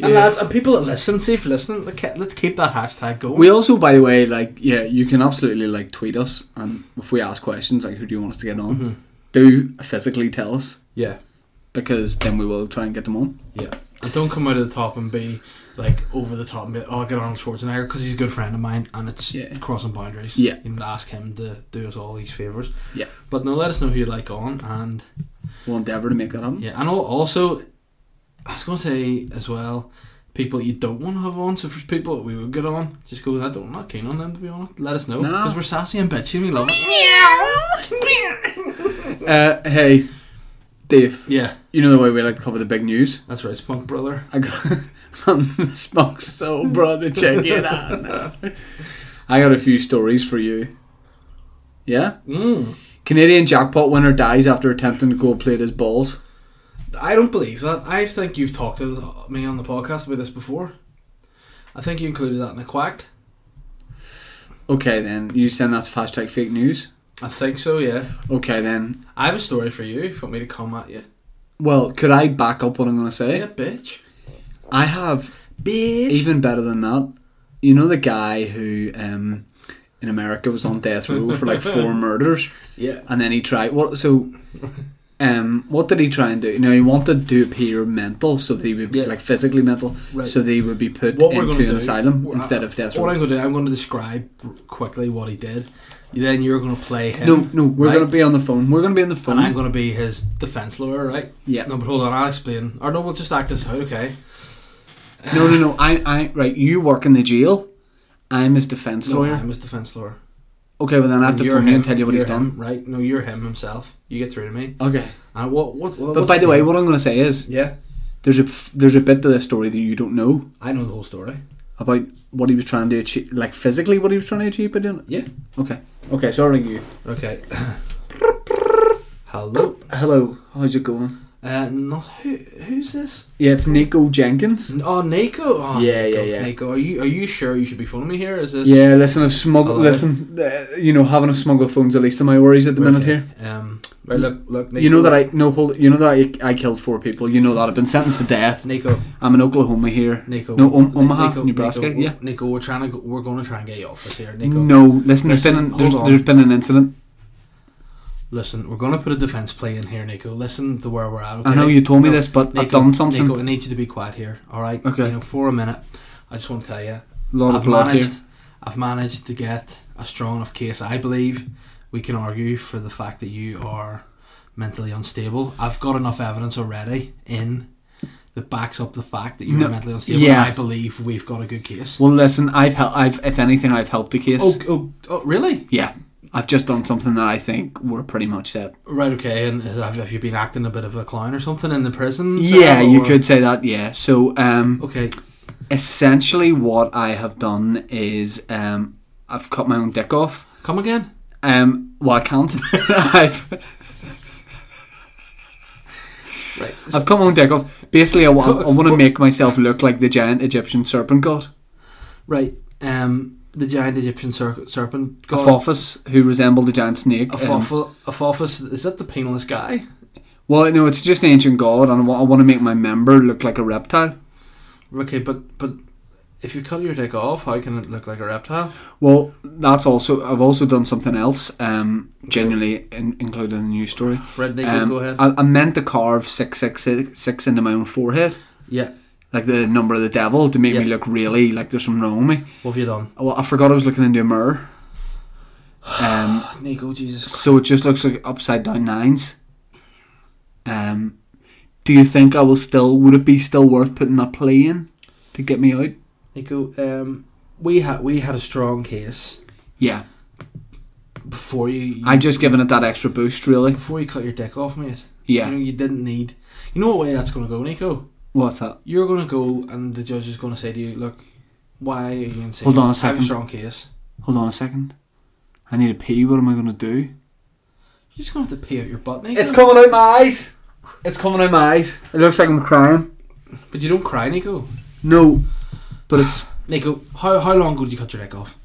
And lads, and people that listen, see for listening, let's ke- let's keep that hashtag going. We also, by the way, like yeah, you can absolutely like tweet us, and if we ask questions like who do you want us to get on, Mhm. do physically tell us Yeah, because then we will try and get them on. yeah. And don't come out of the top and be like over the top and be like, oh, I'll get Arnold Schwarzenegger because he's a good friend of mine and it's Yeah. crossing boundaries. Yeah. You can ask him to do us all these favours. Yeah. But no, let us know who you like on and We'll endeavour to make that happen. yeah, and al- also, I was going to say as well, people you don't want to have on. So for people that we would get on, just go. I don't, I'm not keen on them to be honest. Let us know No. because we're sassy and bitchy. and We love it. Uh, hey, Dave, Yeah, you know the way we like to cover the big news. that's right, Spunk Brother. I got I'm smoked so brother, check it out. I got a few stories for you. Yeah, Mm. Canadian jackpot winner dies after attempting to gold plate his balls. I don't believe that. I think you've talked to me on the podcast about this before. I think you included that in the quacked. Okay, then you send that's hashtag fake news. I think so, yeah. Okay, then. I have a story for you if you want me to come at you. Well, could I back up what I'm going to say? Yeah, bitch. I have Eh? Bitch. even better than that. You know the guy who um, in America was on death row for like four murders, yeah. and then he tried what? So, um, what did he try and do? Now he wanted to appear mental, so that he would be Yeah. like physically mental, Right. so that he would be put What we're into gonna an do- asylum we're- instead of death What I'm row. going to do, I'm going to describe quickly what he did. Then you're going to play him. No, no, we're right? gonna be on the phone. We're gonna be on the phone. And I'm going to be his defense lawyer, right? Mm. yeah. No, but hold on, I'll explain. Or no, we'll just act this out, okay? No, no, no. I, I, right. You work in the jail. I'm his defense No, lawyer. I'm his defense lawyer. Okay, well then I have And to you're phone you him, and tell you what you're he's him, done. Right? No, you're him himself. You get through to me. Okay. And what? What? But by the way, what I'm going to say is yeah, there's a there's a bit to this story that you don't know I know the whole story. about what he was trying to achieve, like physically what he was trying to achieve by doing it. Yeah. Okay. Okay. So I'll ring you. Okay. Hello. Hello. How's it going? Uh, not who? Who's this? Yeah, it's Nico Jenkins. Oh, Nico. Oh, Yeah, Nico, yeah, yeah. Nico, are you are you sure you should be phoning me here? Is this? Yeah, listen, I've smuggled. Hello. Listen, uh, you know, having a smuggled phone's the least of my worries at the minute here. Um. Right. Look. Look. Nico, You know that I no hold. You know that I, I killed four people. You know that I've been sentenced to death. Nico. I'm in Oklahoma here. Nico. No, um, Nico, Omaha, Nico, Nebraska. Nico, we're- yeah. Nico, we're trying to. Go, we're going to try and get you off this here, Nico. No, listen. There's been Listen, an, there's, hold on. there's been an incident. Listen, we're going to put a defense play in here, Nico. Listen to where we're at. Okay? I know you told me No, this, but I've Nico, done something. Nico, I need you to be quiet here. All right. Okay. You know, for a minute, I just want to tell you, lot I've of blood managed. here. I've managed to get a strong enough case. I believe we can argue for the fact that you are mentally unstable. I've got enough evidence already in that backs up the fact that you're No, mentally unstable. yeah. I believe we've got a good case. Well, listen, I've hel- I've if anything, I've helped the case. Oh, oh, oh, really? Yeah, I've just done something that I think we're pretty much set. Right, okay. And have, have you been acting a bit of a clown or something in the prison? Yeah, cell, you or- could say that. Yeah. So, um, Okay, essentially, what I have done is um, I've cut my own dick off. come again. Um, well, I can't. I've Right. I've cut my own dick off. Basically, I want I want to What- make myself look like the giant Egyptian serpent god, Right. Um, the giant Egyptian ser- serpent god. Apophis, who resembled the giant snake. um, Aphophis. Aphophis. Is that the painless guy? well, no, it's just an ancient god, and I want, I want to make my member look like a reptile. Okay, but but if you cut your dick off, how can it look like a reptile? Well, that's also. I've also done something else. Um, genuinely in, included in the news story. Red naked. Um, go ahead. I, I meant to carve six six six six into my own forehead, yeah. like the number of the devil, to make me Yeah. look really like there's something wrong with me. What have you done, Well, I forgot I was looking into a mirror. Um, Nico? Jesus. so it just looks like upside down nines. Um, do you think I will still? Would it be still worth putting my play in to get me out? Nico. Um, we had we had a strong case Yeah, before you. you I just given it that extra boost, really. before you cut your dick off, mate. You Yeah, know you didn't need. You know what way that's gonna go, Nico. what's that? You're gonna go, and the judge is gonna say to you, "Look, why are you insane? Hold on a I have second. a strong case. Hold on a second. I need a pee. What am I going to do? You're just gonna have to pee out your butt, Nico. It's coming out my eyes. It's coming out my eyes. It looks like I'm crying. But you don't cry, Nico. No, but it's Nico, how, how long ago did you cut your dick off?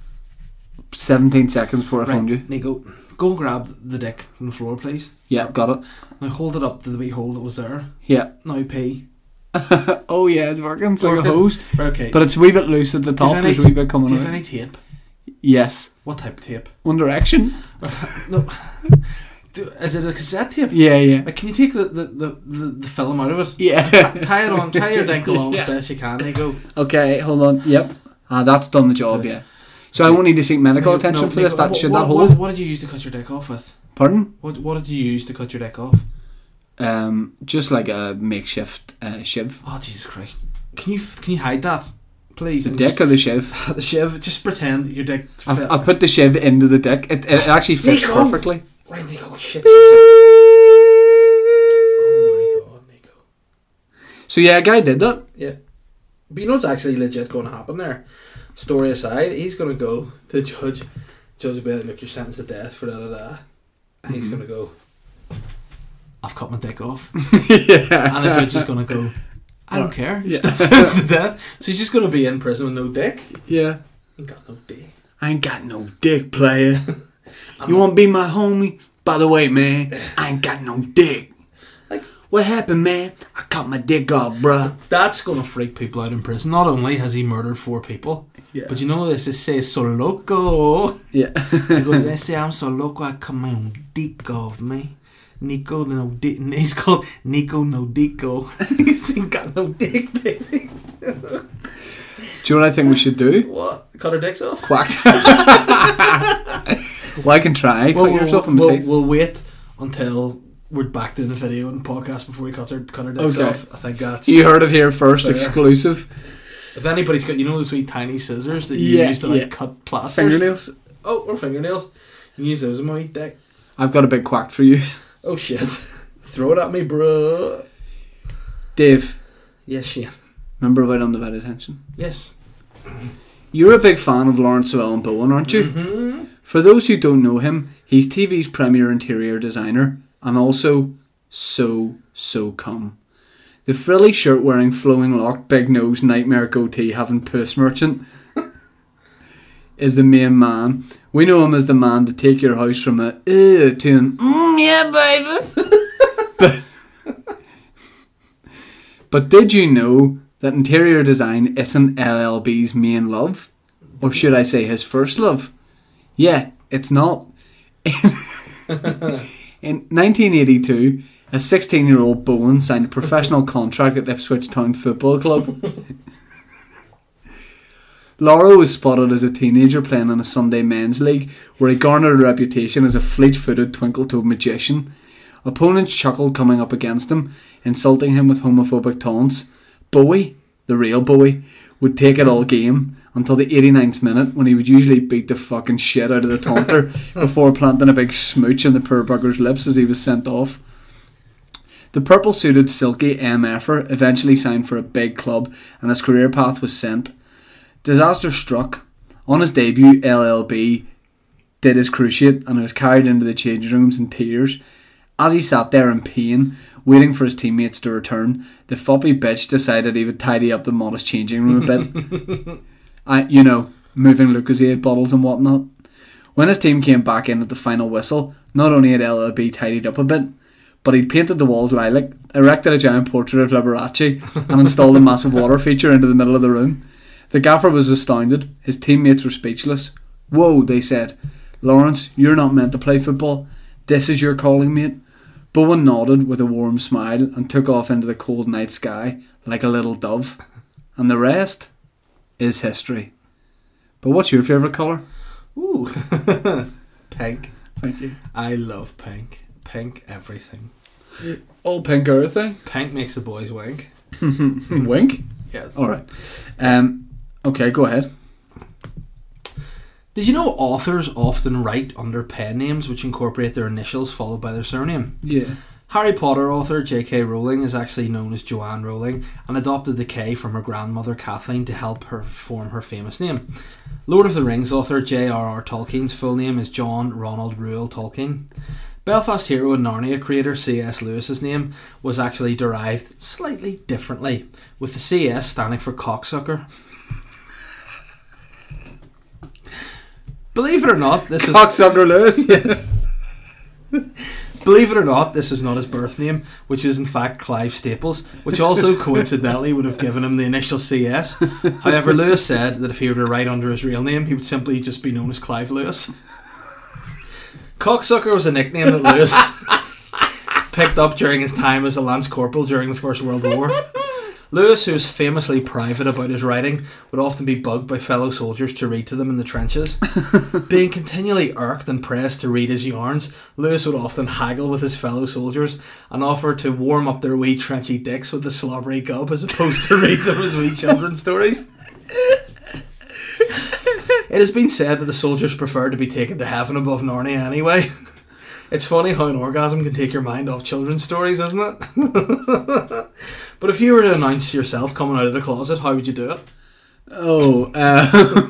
17 seconds before I found you. Nico, go and grab the dick from the floor, please. Yeah, got it. Now hold it up to the wee hole that was there. Yeah. Now pee. oh yeah, it's working. It's like a Working. hose, Right, okay. but it's a wee bit loose at the top. any- There's a wee bit do coming you have out. any tape? Yes, What type of tape? One Direction. Do, is it a cassette tape? Yeah, yeah, Like, can you take the, the, the, the, the film out of it? yeah. tie it on, tie your dick along Yeah. as best you can, Nico. okay, hold on. Yep, ah, that's done the job. Yeah. So I won't need to seek medical Nico, attention no, for this. Nico, That what, should what, that what- hold? What, did you use to cut your dick off with? Pardon? What, what did you use to cut your dick off? Um, just like a makeshift uh, shiv. Oh, Jesus Christ. Can you f- can you hide that? Please. The and dick or the shiv? just- the shiv, just pretend that your dick I've, fit- I've put the shiv into the dick. It, it, it actually fits Nico! perfectly. Right, Nico, shit. shit, shit. Oh my god, Nico. So yeah, a guy did that. But you know what's actually legit going to happen there? Story aside, he's going to go to the judge. Judge will be like, look, you're sentenced to death for da da da. Mm-hmm. And he's going to go, I've cut my dick off. yeah. And the judge is going to go, I don't care. You're Yeah. still sentenced to death. So he's just going to be in prison with no dick. Yeah. He got no dick. I ain't got no dick, player. you want to be my homie? By the way, man, I ain't got no dick. Like- What happened, man? I cut my dick off, bruh. That's going to freak people out in prison. Not only has he murdered four people, Yeah. but you know this is say so loco. yeah. Because they say I'm so loco, I cut my own dick off, man. Nico no dick. He's called Nico no dico. He's ain't got no dick, baby. Do you know what I think we should do? What? Cut our dicks off? Quacked. well, I can try. We'll, cut yourself we'll, in the we'll, teeth. we'll wait until we're back to the video and podcast before we cut our, cut our dicks Okay. off. I think that's. You heard it here first, Fair. exclusive. If anybody's got, you know, those wee tiny scissors that you Yeah, use to like yeah. cut plasters? Fingernails. Oh, or fingernails. You can use those on my dick. I've got a big quack for you, Oh shit. Throw it at me, bro. Dave. Yes, shit. Remember about undivided attention. Yes. You're a big fan of Lawrence Llewellyn Bowen, aren't you? Mm-hmm. For those who don't know him, he's TV's premier interior designer and also so, so cum. The frilly shirt wearing, flowing lock, big nose, nightmare goatee having puss merchant is the main man. We know him as the man to take your house from a ew to an mm, yeah, baby. but, but did you know that interior design isn't LLB's main love? Or should I say his first love? Yeah, it's not. In 1982, a 16 year old Bowen signed a professional contract at Ipswich Town Football Club. Lauro was spotted as a teenager playing in a Sunday men's league, where he garnered a reputation as a fleet footed, twinkle toed magician. Opponents chuckled coming up against him, insulting him with homophobic taunts. Bowie, the real Bowie, would take it all game until the 89th minute when he would usually beat the fucking shit out of the taunter before planting a big smooch in the poor bugger's lips as he was sent off. The purple suited silky MFer eventually signed for a big club and his career path was sent. Disaster struck. On his debut, LLB did his cruciate and was carried into the change rooms in tears. As he sat there in pain, waiting for his teammates to return, the foppy bitch decided he would tidy up the modest changing room a bit. I, you know, moving Lucasade bottles and whatnot. When his team came back in at the final whistle, not only had LLB tidied up a bit, but he'd painted the walls lilac, erected a giant portrait of Liberace, and installed a massive water feature into the middle of the room. The gaffer was astounded. His teammates were speechless. Whoa, they said. Lawrence, you're not meant to play football. This is your calling, mate. Bowen nodded with a warm smile and took off into the cold night sky like a little dove. And the rest is history. But what's your favourite colour? Ooh, pink. Thank you. I love pink. Pink everything. All pink or thing? Pink makes the boys wank. Wink. Yes. All right. Um, okay, go ahead. Did you know authors often write under pen names which incorporate their initials followed by their surname? Yeah. Harry Potter author J.K. Rowling is actually known as Joanne Rowling and adopted the K from her grandmother Kathleen to help her form her famous name. Lord of the Rings author J.R.R. Tolkien's full name is John Ronald Reuel Tolkien. Belfast hero and Narnia creator C.S. Lewis's name was actually derived slightly differently, with the C.S. standing for cocksucker. Believe it or not, this is Cocksucker Lewis. Believe it or not, this is not his birth name, which is in fact Clive Staples, which also coincidentally would have given him the initial CS. However, Lewis said that if he were to write under his real name, he would simply just be known as Clive Lewis. Cocksucker was a nickname that Lewis picked up during his time as a Lance Corporal during the First World War. Lewis, who was famously private about his writing, would often be bugged by fellow soldiers to read to them in the trenches. Being continually irked and pressed to read his yarns, Lewis would often haggle with his fellow soldiers and offer to warm up their wee trenchy dicks with the slobbery gob as opposed to read them as wee children's stories. It has been said that the soldiers preferred to be taken to heaven above Narnia anyway. It's funny how an orgasm can take your mind off children's stories, isn't it? but if you were to announce yourself coming out of the closet, how would you do it? Oh, uh,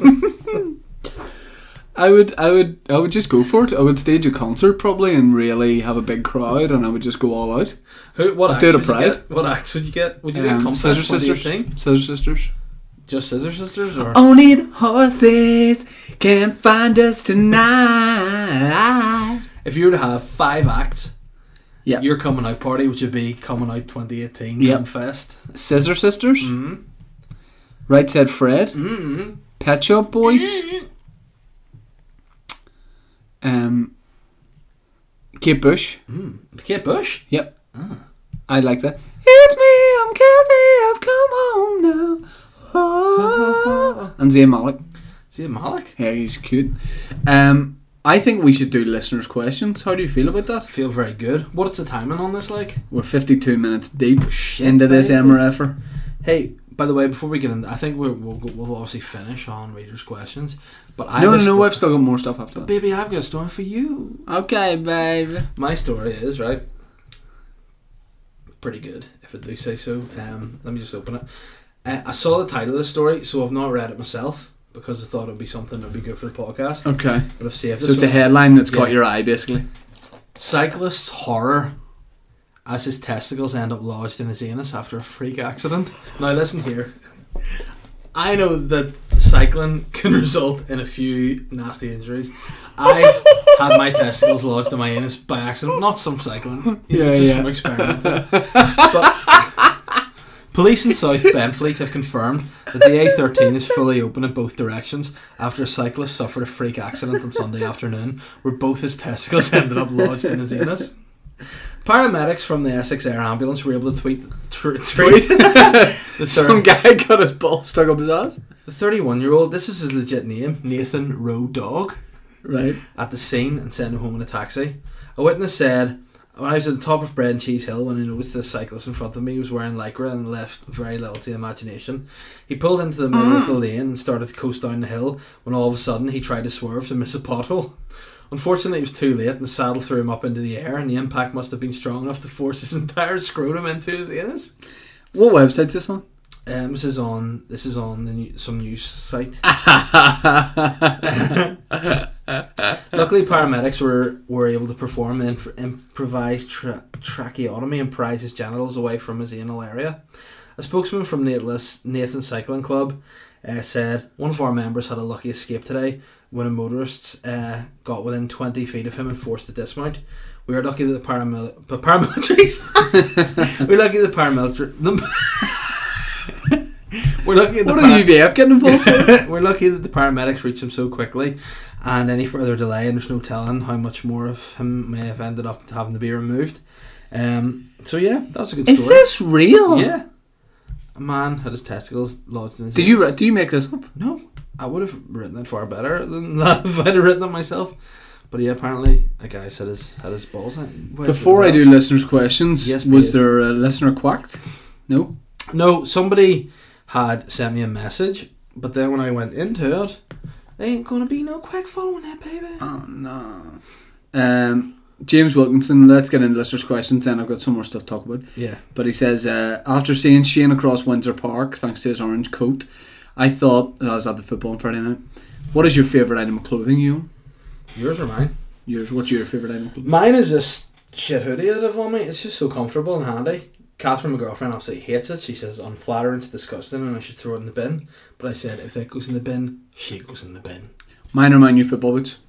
I would, I would, I would just go for it. I would stage a concert probably and really have a big crowd, and I would just go all out. Who, what I'd axe do it would at you Pride. get? What axe would you get? Would you Um, get Compass Scissor Scissor Sisters? Sisters. Scissor Sisters. Just Scissor Sisters? Or? Only the horses can't find us tonight. If you were to have five acts, Yeah. your coming out party, which would be Coming Out 2018 Yep. Glam Fest. Scissor Sisters. Mm. Right said Fred. Mm. Pet Shop Boys. Um, Kate Bush. Mm. Kate Bush? Yep. I like that. It's me, I'm Kathy, I've come home now. Oh. and Zayn Malik. See Malik? Yeah, he's cute. Um, I think we should do listeners' questions. How do you feel about that? Feel very good. What's the timing on this like? We're 52 minutes deep Shit, into this babe. MRFer. Hey, by the way, before we get in, I think we're, we'll, go- we'll obviously finish on readers' questions. But I No, no, have a no, sto- I've still got more stuff after that. Baby, I've got a story for you. Okay, babe. My story is right. Pretty good, if I do say so. Um, let me just open it. Uh, I saw the title of the story, so I've not read it myself because I thought it'd be something that'd be good for the podcast. Okay. But I've saved So this it's a one. headline that's caught Yeah. your eye, basically. Cyclist's horror as his testicles end up lodged in his anus after a freak accident. Now, listen here. I know that cycling can result in a few nasty injuries. I've had my testicles lodged in my anus by accident, not some cycling, you know, Yeah, just yeah. from experimenting. But police in South Benfleet have confirmed that the A13 is fully open in both directions after a cyclist suffered a freak accident on Sunday afternoon where both his testicles ended up lodged in his anus. Paramedics from the Essex Air Ambulance were able to tweet, tr- Tweet. tweet the, Some guy got his ball stuck up his ass. 31 year old. This is his legit name, Nathan Roe Dog, Right. at the scene and sent him home in a taxi. A witness said, "When I was at the top of Bread and Cheese Hill, when I noticed this cyclist in front of me was wearing lycra and left very little to the imagination, he pulled into the middle of the lane and started to coast down the hill. When all of a sudden he tried to swerve to miss a pothole." Unfortunately, it was too late, and the saddle threw him up into the air, and the impact must have been strong enough to force his entire scrotum into his anus. What website's this on? Um, this is on this is on the new, some news site. Luckily, paramedics were, were able to perform an imp- improvised tra- tracheotomy and prise his genitals away from his anal area. A spokesman from Nathan's- Nathan Cycling Club uh, said one of our members had a lucky escape today when a motorist uh, got within 20 feet of him and forced to dismount. We are lucky that the paramil- pa- paramilitaries. We're lucky that the paramilitary. The- We're lucky. that the What are para- the UVF getting involved? with? we're lucky that the paramedics reached him so quickly, and any further delay, and there's no telling how much more of him may have ended up having to be removed. Um, so yeah, that was a good Is Oh. story. this real? Yeah, a man had his testicles lodged in his. Did you anus. write- do you make this up? No, I would have written it far better than that if I'd have written it myself. But yeah, apparently a guy said his had his balls. in- went Before I into his do ass. listeners' questions, Yes, was please. there a listener quacked? No. No, somebody had sent me a message, but then when I went into it, there ain't gonna be no quick following that, baby. Oh no. Um, James Wilkinson. Let's get into listeners' questions. Then I've got some more stuff to talk about. Yeah. But he says, uh, after seeing Shane across Windsor Park, thanks to his orange coat, I thought I was at the football on Friday night. What is your favourite item of clothing you own? Yours or mine? Yours? What's your favourite item? Of clothing? Mine is this shit hoodie that I've on me. It's just so comfortable and handy. Catherine, my girlfriend, absolutely hates it. She says it's unflattering, it's disgusting, and I should throw it in the bin. But I said if it goes in the bin, she goes in the bin. Mine are my new football boots.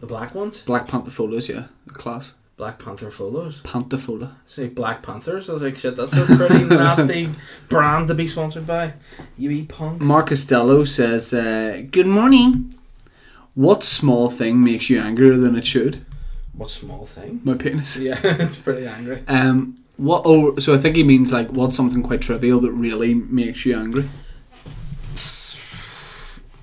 The black ones, Black Panther folders. Yeah, class. Black Panther follows. Panther folder. Say Black Panthers. I was like, shit, that's a pretty nasty brand to be sponsored by. You eat punk. Mark Costello says, uh, "Good morning. What small thing makes you angrier than it should? What small thing? My penis. Yeah, it's pretty angry. Um, what? Oh, so I think he means like what's something quite trivial that really makes you angry.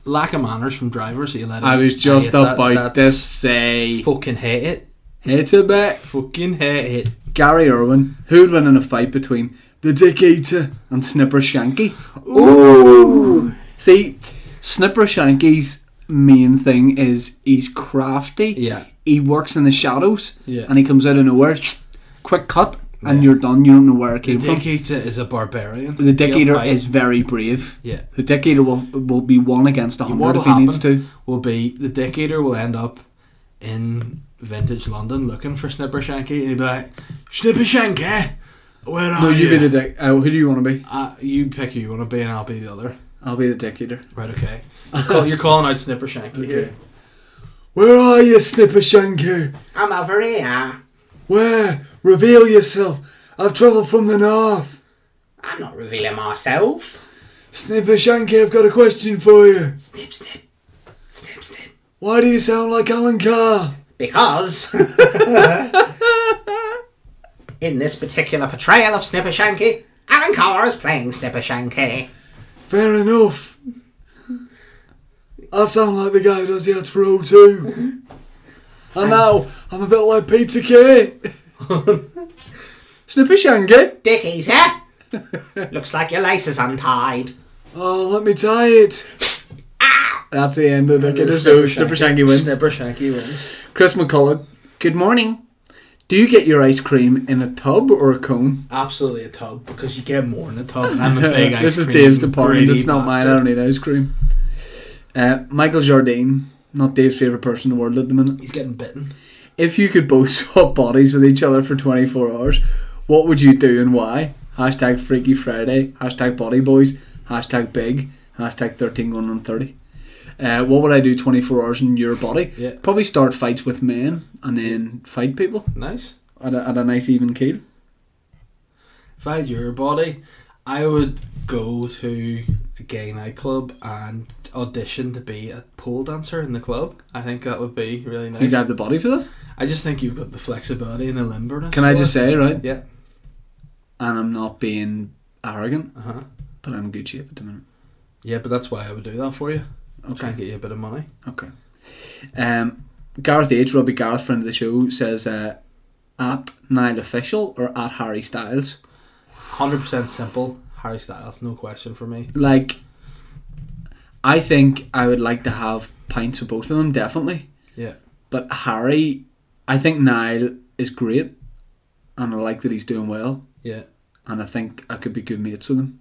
Lack of manners from drivers. So you let I it- was just hate that- about to that's- say Fucking hate it. it's a bit Fucking hate it. Gary Irwin. Who'd win in a fight between the Dick Eater and Snipper Shanky? Ooh. See, Snipper Shanky's main thing is he's crafty. Yeah. He works in the shadows. Yeah. And he comes out of nowhere. Quick cut, and Yeah. you're done. You don't know where it The came from. Dick Eater is a barbarian. The Dick He'll Eater fight. is very brave. Yeah. The Dick Eater will, will be one against a hundred What'll if he needs happen to. Will be the Dick Eater will end up in vintage London looking for Snipper Shanky and he'll be like, Snipper Shanky, where are No, you you? be the Dick. Uh, who do you want to be? uh, you pick who you want to be and I'll be the other. I'll be the Dick Eater. Right, okay. You're, call, you're calling out Snipper Shanky here. Where are you, Snipper Shanky? I'm uh, over here. Where? Reveal yourself. I've travelled from the north. I'm not revealing myself. Snipper Shanky, I've got a question for you. Snip, snip. Snip, snip. Why do you sound like Alan Carr? Because. in this particular portrayal of Snipper Shanky, Alan Carr is playing Snipper Shanky. Fair enough. I sound like the guy who does the ads for O2. and now I'm a bit like Peter Kay. Snipper Shanky? Dickies, eh? Looks like your lace is untied. Oh, let me tie it. That's the end of the The kid. So Snipper Shanky wins. Snipper Shanky wins. Chris McCullough. Good morning. Do you get your ice cream in a tub or a cone? Absolutely a tub because you get more in a tub. and I'm a big ice this is cream Dave's department. greedy It's not mine. I don't bastard. need ice cream. Uh, Michael Jardine, not Dave's favorite person in the world at the minute. He's getting bitten. If you could both swap bodies with each other for 24 hours, what would you do and why? Hashtag Freaky Friday. Hashtag Body Boys. Hashtag Big. Hashtag 13 going on 30. Uh, what would I do 24 hours in your body? Yeah. Probably start fights with men and then fight people Nice. at a, at a nice even keel. If I had your body, I would go to a gay nightclub and audition to be a pole dancer in the club. I think that would be really nice. You'd have the body for that. I just think you've got the flexibility and the limberness. Can I for just it. say, right? Yeah. And I'm not being arrogant, Uh huh. but I'm in good shape at the minute. Yeah, but that's why I would do that for you. Try and Okay. get you a bit of money. Okay. Um, Gareth H, Robbie Gareth, friend of the show, says uh, at Nile Official or at Harry Styles. Hundred percent simple. Harry Styles, no question for me. Like, I think I would like to have pints of both of them, definitely. Yeah. But Harry, I think Nile is great, and I like that he's doing well. Yeah. and I think I could be good mates with him.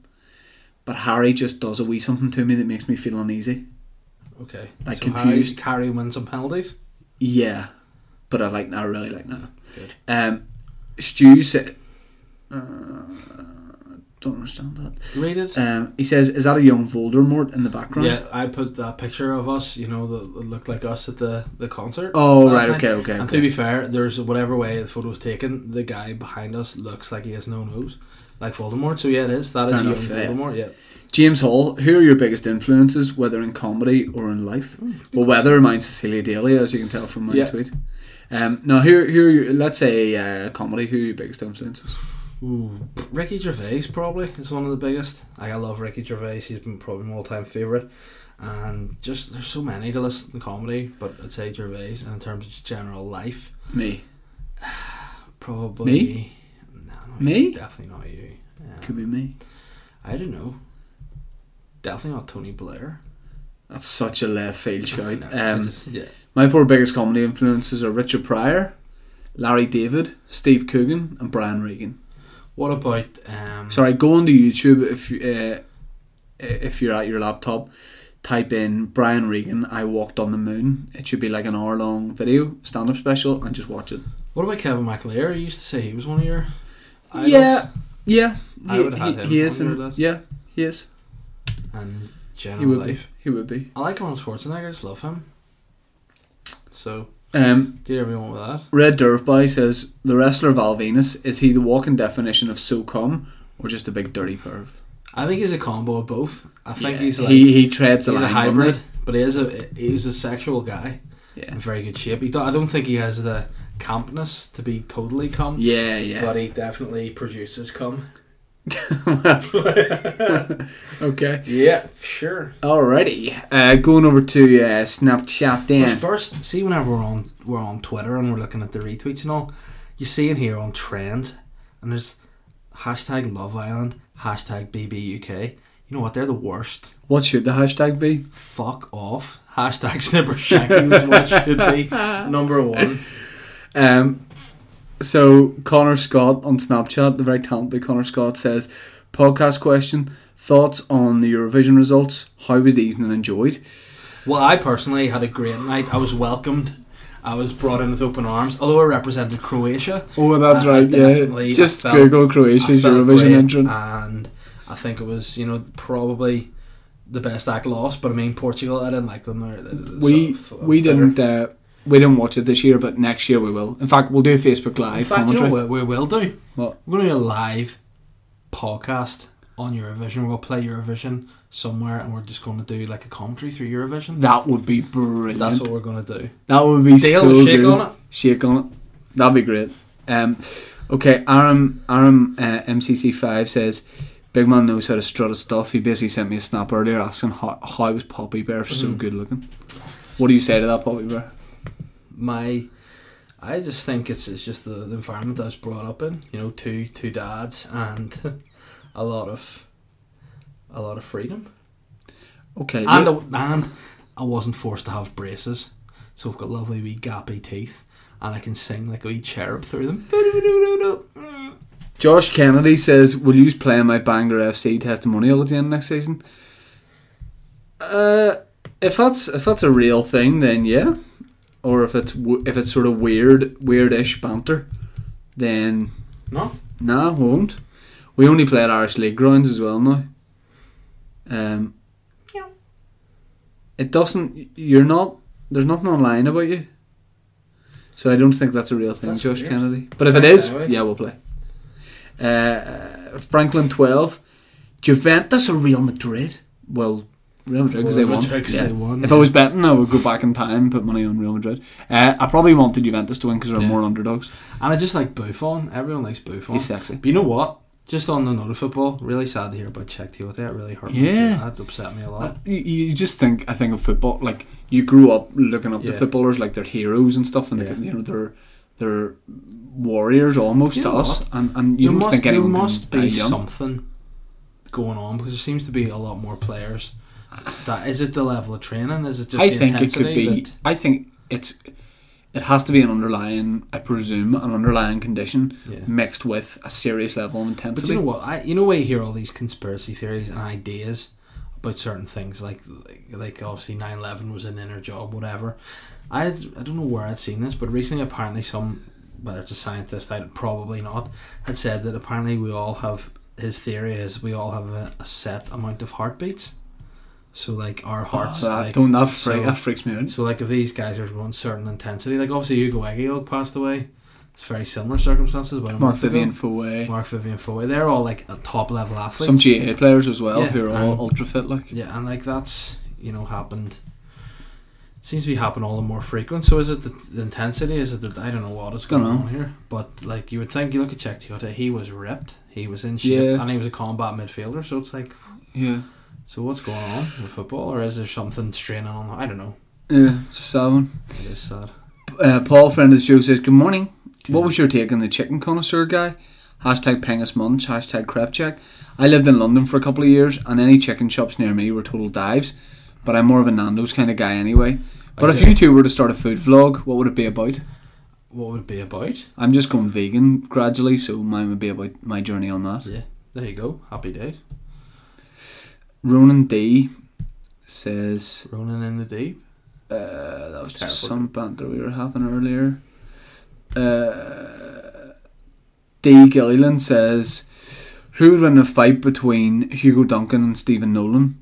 But Harry just does a wee something to me that makes me feel uneasy. Okay. Like So confused. Harry, Harry wins on penalties. Yeah, but I like that. I really like that. Good. Um, Stu said, uh, "Don't understand that." Read it. Um, he says, "Is that a young Voldemort in the background?" Yeah, I put that picture of us, you know, that looked like us at the, the concert. Oh right, last night. okay, okay. And okay. to be fair, there's whatever way the photo's taken, the guy behind us looks like he has no nose, like Voldemort. So yeah, it is. That is Fair young enough, yeah. Voldemort. Yeah. James Hall, who are your biggest influences, whether in comedy or in life? well, whether mine's Cecilia Daly, as you can tell from my Hmm, Yeah. tweet. Um, now, who, who are your, let's say uh, comedy, who are your biggest influences? Ooh, Ricky Gervais probably is one of the biggest. Like, I love Ricky Gervais. He's been probably my all-time favorite. And just there's so many to listen to comedy, but I'd say Gervais. And in terms of just general life, Me. probably Me? No, not Me? You, definitely not you. Um, Could be me. I don't know. Definitely not Tony Blair. That's such a left field shout. No, I Um, just- yeah. my four biggest comedy influences are Richard Pryor, Larry David, Steve Coogan, and Brian Regan. What about um? Sorry, go onto YouTube if you, uh, if you're at your laptop. Type in Brian Regan. I walked on the moon. It should be like an hour long video, stand up special, and just watch it. What about Kevin McAleer? You used to say he was one of your. Idols. Yeah, yeah. I he- would have he, him he is. on your in- list. yeah, he is. And general He would life. be. He would be. I like Arnold Schwarzenegger. I just love him. So, Um, do you ever want with that? Red Derfby says the wrestler Val Venus is he the walking definition of so cum or just a big dirty perv? I think he's a combo of both. I think he's like he he treads he's a line, hybrid, doesn't but he is a he's a sexual guy he? in Yeah, very good shape. He do I don't think he has the campness to be totally cum, yeah, yeah. but he definitely produces cum. okay, Yeah, sure. alrighty. Uh, going over to uh, Snapchat But then. first, see whenever we're on we're on Twitter and we're looking at the retweets and all, you see in here on trends, and there's hashtag Love Island, hashtag BBUK. You know what? They're the worst. What should the hashtag be? Fuck off. Hashtag Snipper Shanky was what it should be. Number one. Um, so Connor Scott on Snapchat, the very talented Connor Scott says, podcast question: thoughts on the Eurovision results? How was the evening enjoyed? Well, I personally had a great night. I was welcomed. I was brought in with open arms. Although I represented Croatia, Oh, that's I right. definitely- Yeah, I just felt- Google I Croatia's felt Eurovision great, entrant. And I think it was, you know, probably the best act lost. But I mean, Portugal, I didn't like them. They're- they're we sort of- we they're- didn't uh, we didn't watch it this year, but next year we will. In fact, we'll do a Facebook Live In fact, you know commentary. what we will do? What? We're going to do a live podcast on Eurovision. We'll play Eurovision somewhere, and we're just going to do like a commentary through Eurovision. that would be brilliant. That's what we're going to do. that would be Dale, so shake good. on it. Shake on it. That'd be great. Um, okay, Aram Aram uh, MCC five says. Big man knows how to strut his stuff. He basically sent me a snap earlier asking how, how was Poppy Bear so Mhm. good looking. What do you say to that, Poppy Bear? my I just think it's it's just the, the environment I was brought up in. You know, two two dads and a lot of a lot of freedom. Okay, And yeah, I, and I wasn't forced to have braces, so I've got lovely wee gappy teeth, and I can sing like a wee cherub through them. Josh Kennedy says, "Will you play my Bangor FC testimonial at the end of next season?" Uh, if that's if that's a real thing, then yeah. Or if it's w- if it's sort of weird, weirdish banter, then No, nah, won't. We only play at Irish League grounds as well now. Um, Yeah. it doesn't. You're not. There's nothing online about you, so I don't think that's a real thing, That's Josh weird. Kennedy. But if it Thanks is, anyway. yeah, we'll play. Uh, Franklin twelve, Juventus or Real Madrid? well, Real Madrid because they Real won. Madrid 'cause Yeah. they won, If yeah. I was betting, I would go back in time, put money on Real Madrid. Uh, I probably wanted Juventus to win because they're Yeah. more underdogs. And I just like Buffon. Everyone likes Buffon. He's sexy. But you know what? Just on the note of football, really sad to hear about Czech Teote. That really hurt me. Yeah. That upset me a Uh, lot. you, you just think I think of football like you grew up looking up to Yeah. footballers like they're heroes and stuff, and Yeah. they, you know they're they're warriors almost You to know us, and and you there don't must, think there anyone can must die be young. something going on because there seems to be a lot more players. That is it. The level of training is it just? I the think it could intensity be. that- I think it's it has to be an underlying, I presume, an underlying condition Yeah. mixed with a serious level of But intensity. you know what? I you know why you hear all these conspiracy theories and ideas about certain things like like, like obviously 9/11 was an inner job, whatever. I I don't know where I'd seen this, but recently apparently some whether it's a scientist, I probably not, had said that apparently we all have his theory is we all have a, a set amount of heartbeats. So like our Oh, hearts, that, like, don't that, freak, so- that freaks me out. so, like, if these guys are going certain intensity, like obviously Hugo Egiog passed away, it's very similar circumstances. About a Mark month ago. Vivian Foe, Mark Vivian Foy, they're all like a top level athletes. some GA players as well Yeah, who are all and- ultra fit. Like yeah, and like that's you know happened. Seems to be happening all the more frequent. So is it the, the intensity? Is it the I don't know what is going Dunno. on here? But like you would think, you look at Czech Tiote, he was ripped, he was in shape, Yeah. and he was a combat midfielder. So it's like, yeah, so what's going on with football, or is there something straining on? I don't know. yeah, it's a sad one. It is sad. Uh, Paul, friend of the show, says, Good morning. What was your take on the chicken connoisseur guy? Hashtag Pengus Munch, hashtag Crep Check. I lived in London for a couple of years, and any chicken shops near me were total dives, but I'm more of a Nando's kind of guy anyway. But I if see. you two were to start a food vlog, what would it be about? What would it be about? I'm just going vegan gradually, so mine would be about my journey on that. Yeah, there you go. Happy days. Ronan D says, Running in the deep. Uh, that was just Terrible. some banter we were having earlier. Uh, D. Gilliland says, "Who would win a fight between Hugo Duncan and Stephen Nolan?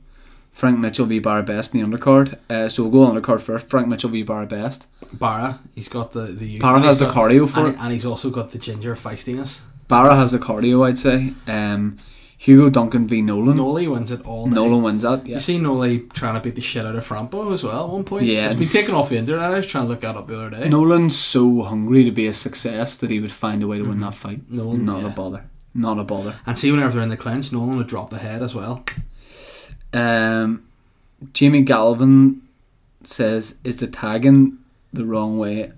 Frank Mitchell v Barry Best in the undercard. Uh, so we'll go on the card first. Frank Mitchell v Barry Best. Barra, he's got the the. youth Barra and has he's the got- cardio for and, it. and he's also got the ginger feistiness. Barra has the cardio, I'd say. Um, Hugo Duncan v Nolan. Noli wins it all day. Nolan wins that. Yeah. You see Noli trying to beat the shit out of Frampo as well at one point. Yeah. It's been taken off the internet. I was trying to look that up the other day. Nolan's so hungry to be a success that he would find a way to win that fight. Mm-hmm. Nolan, not a yeah. bother. Not a bother. And see, whenever they're in the clinch, Nolan would drop the head as well. Um, Jamie Galvin says, "Is the tagging the wrong way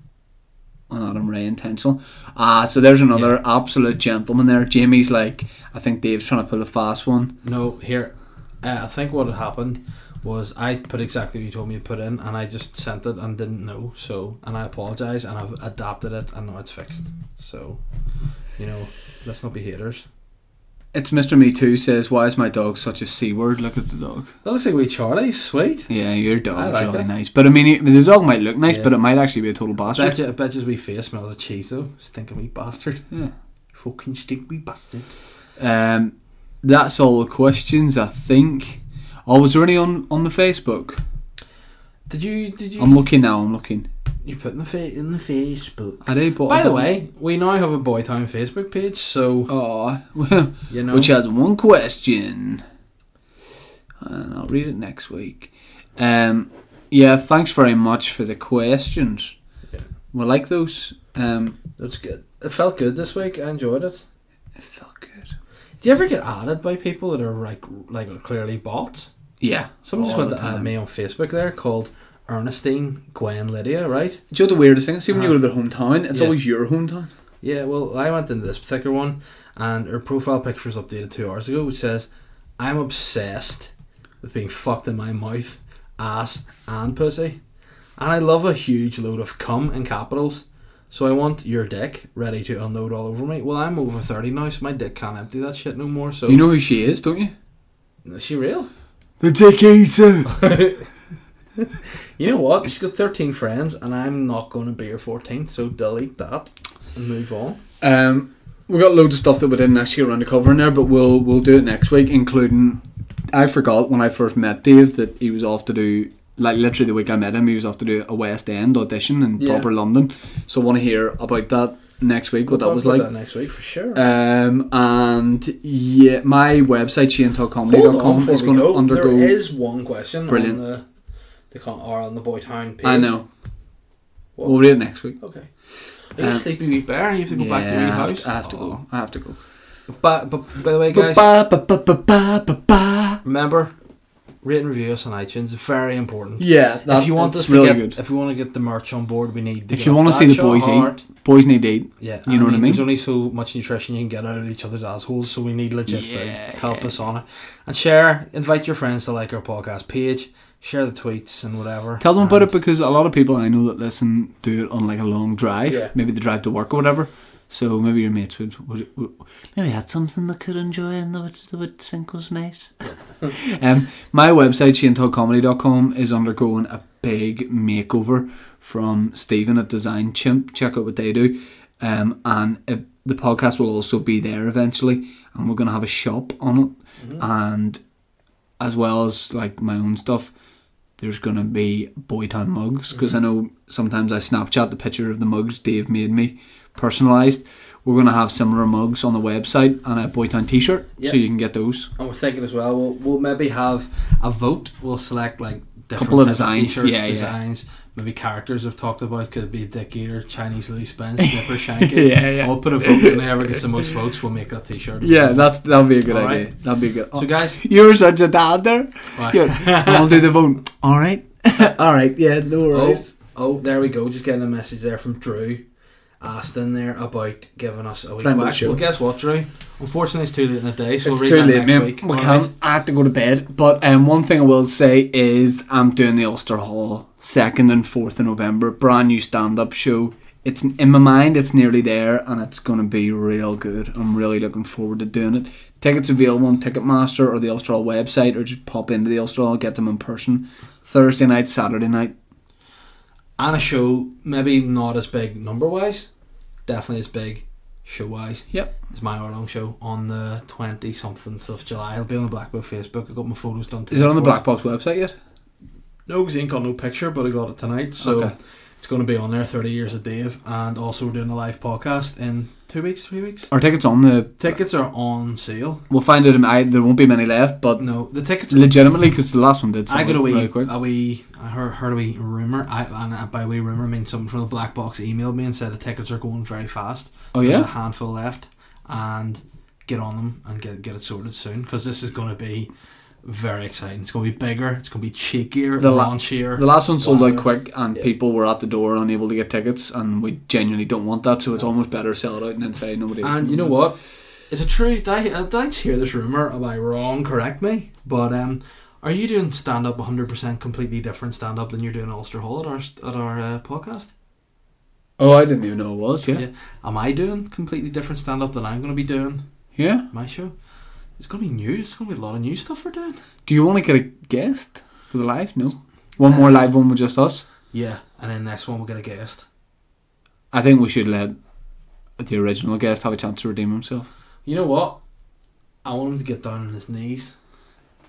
on Adam Ray intentional?" Ah, so there's another absolute gentleman there. Jamie's like, I think Dave's trying to pull a fast one. No, here. Uh, I think what had happened was I put exactly what you told me to put in, and I just sent it and didn't know. So, and I apologise, and I've adapted it, and now it's fixed. So, you know, let's not be haters. It's Mister Me Too says, "Why is my dog such a c word? Look at the dog." That looks like we Charlie. Sweet. Yeah, your dog's like really it. nice, but I mean, it- the dog might look nice, Yeah. but it might actually be a total I bet, bastard. you, I bet you we face smells of cheese though. Stinking wee bastard. Yeah. Fucking stink wee bastard. Um, that's all the questions I think. Oh, was there any on on the Facebook? Did you? Did you? I'm looking now. I'm looking. You put in the fa- in the Facebook. I did, but I By the don't- way, we now have a Boytown Facebook page, so Oh, well, you know. which uh, has one question, and I'll read it next week. Um, yeah, thanks very much for the questions. Yeah. We like those. Um, That's good. It felt good this week. I enjoyed it. it felt good. Do you ever get added by people that are like like clearly bots? Yeah, Someone just all went the to add me on Facebook there called Ernestine Gwen Lydia, right? Do you know the weirdest thing? See, when you go Uh, to their hometown, it's yeah. always your hometown. Yeah, well, I went into this particular one, and her profile picture was updated two hours ago, which says, "I'm obsessed with being fucked in my mouth, ass, and pussy, and I love a huge load of cum in capitals." So I want your dick ready to unload all over me. Well, I'm over thirty now, so my dick can't empty that shit no more. So You know who she is, don't you? is she real? The Dick Eater. You know what? She's got thirteen friends, and I'm not going to be her fourteenth. So delete that and move on. Um, we got loads of stuff that we didn't actually get around to covering there, but we'll we'll do it next week, including I forgot when I first met Dave that he was off to do like literally the week I met him, he was off to do a West End audition in Yeah. proper London. So want to hear about that next week what We'll that talk was about like. that next week for sure. Um, and yeah, my website Hold on, shanetalkcomedy.com before is we going to go, undergo. there is one question Brilliant. on the the con- or on the Boytown page. I know. What? We'll read it next week. Okay. Are you Um, a sleepy wee bear? You have to go back to Yeah, your wee I have house. to- I have to go. I have to go. Oh. But, but by the way, guys, Ba, ba, ba, ba, ba, ba, ba. remember rate and review us on iTunes. Very important. Yeah, that, if you want that's us really to get, good. if we want to get the merch on board, we need. To If you want to see the boys eh? eat, eat, boys need to eat. yeah, you know what I mean? There's only so much nutrition you can get out of each other's assholes, so we need legit Yeah. food. Help us on it, and share. Invite your friends to like our podcast page. Share the tweets and whatever. Tell them and about it because a lot of people I know that listen do it on like a long drive, Yeah. maybe the drive to work or whatever. So maybe your mates would, would, would maybe had something they could enjoy and they would, they would think was nice. um, my website shanetalkcomedy.com is undergoing a big makeover from Stephen at Design Chimp. Check out what they do, um, and it, the podcast will also be there eventually, and we're gonna have a shop on it Mm-hmm. and as well as like my own stuff there's gonna be boytown mugs because i know sometimes i snapchat the picture of the mugs dave made me personalized we're gonna have similar mugs on the website and a boytown t-shirt Yep. so you can get those And we're thinking as well, we'll, we'll maybe have a vote. We'll select like different Couple of types designs, t-shirts, yeah, yeah. designs, maybe characters I've talked about. Could it be Dick Eater, Chinese Louis Spence, Snipper Shanky. Yeah, yeah. We'll put a vote, and whoever gets the most votes, we'll make that T-shirt. yeah that's that'll be a good All idea right. that'll be a good oh, So guys, you're such a dad there right. You're- and we'll do the vote all right all right yeah no oh, worries oh, there we go. Just getting a message there from Drew Aston there about giving us a week Friend of the back. show. Well, guess what, Drew? Unfortunately, it's too late in the day, so it's we'll read too that late, next man. week. We All can't. right. I have to go to bed. But um, one thing I will say is I'm doing the Ulster Hall second and fourth of November. Brand new stand-up show. It's in my mind. It's nearly there, and it's going to be real good. I'm really looking forward to doing it. Tickets available on Ticketmaster or the Ulster Hall website, or just pop into the Ulster Hall, get them in person. Thursday night, Saturday night. And a show, maybe not as big number wise, definitely as big show wise. Yep. It's my hour long show on the 20 something of July. It'll be on the Blackboard Facebook. I got my photos done Is it on the for Black Box website yet? No, because ain't got no picture, but I got it tonight. So Okay. it's going to be on there 30 years of Dave. And also, we're doing a live podcast in two weeks, three weeks. Our tickets on the. Tickets are on sale. We'll find out. in- I, there won't be many left, but No, the tickets legitimately, because the last one did. I got a sell out wee, really quick. a wee. I heard, heard a wee rumor. I and I- by wee rumor I mean something from the black box emailed me and said the tickets are going very fast. Oh There's a yeah. handful left, and get on them and get get it sorted soon because this is going to be very exciting. It's going to be bigger. It's going to be cheekier, The la- raunchier. The last one sold out Wow. quick, and Yeah. people were at the door unable to get tickets, and we genuinely don't want that. So it's almost better sell it out and then say nobody. and you know what? Is it true? Did I, uh, did I just hear this rumor? Am I wrong? Correct me. But um, are you doing stand up 100% completely different stand up than you're doing Ulster Hall at our at our uh, podcast? Oh, I didn't even know it was. Yeah, yeah. Yeah. Am I doing completely different stand up than I'm going to be doing my show? It's going to be new. It's going to be a lot of new stuff we're doing. Do you want to get a guest for the live? No. One more live one with just us. Yeah, and then next one we'll get a guest. I think we should let the original guest have a chance to redeem himself, You know what? I want him to get down on his knees.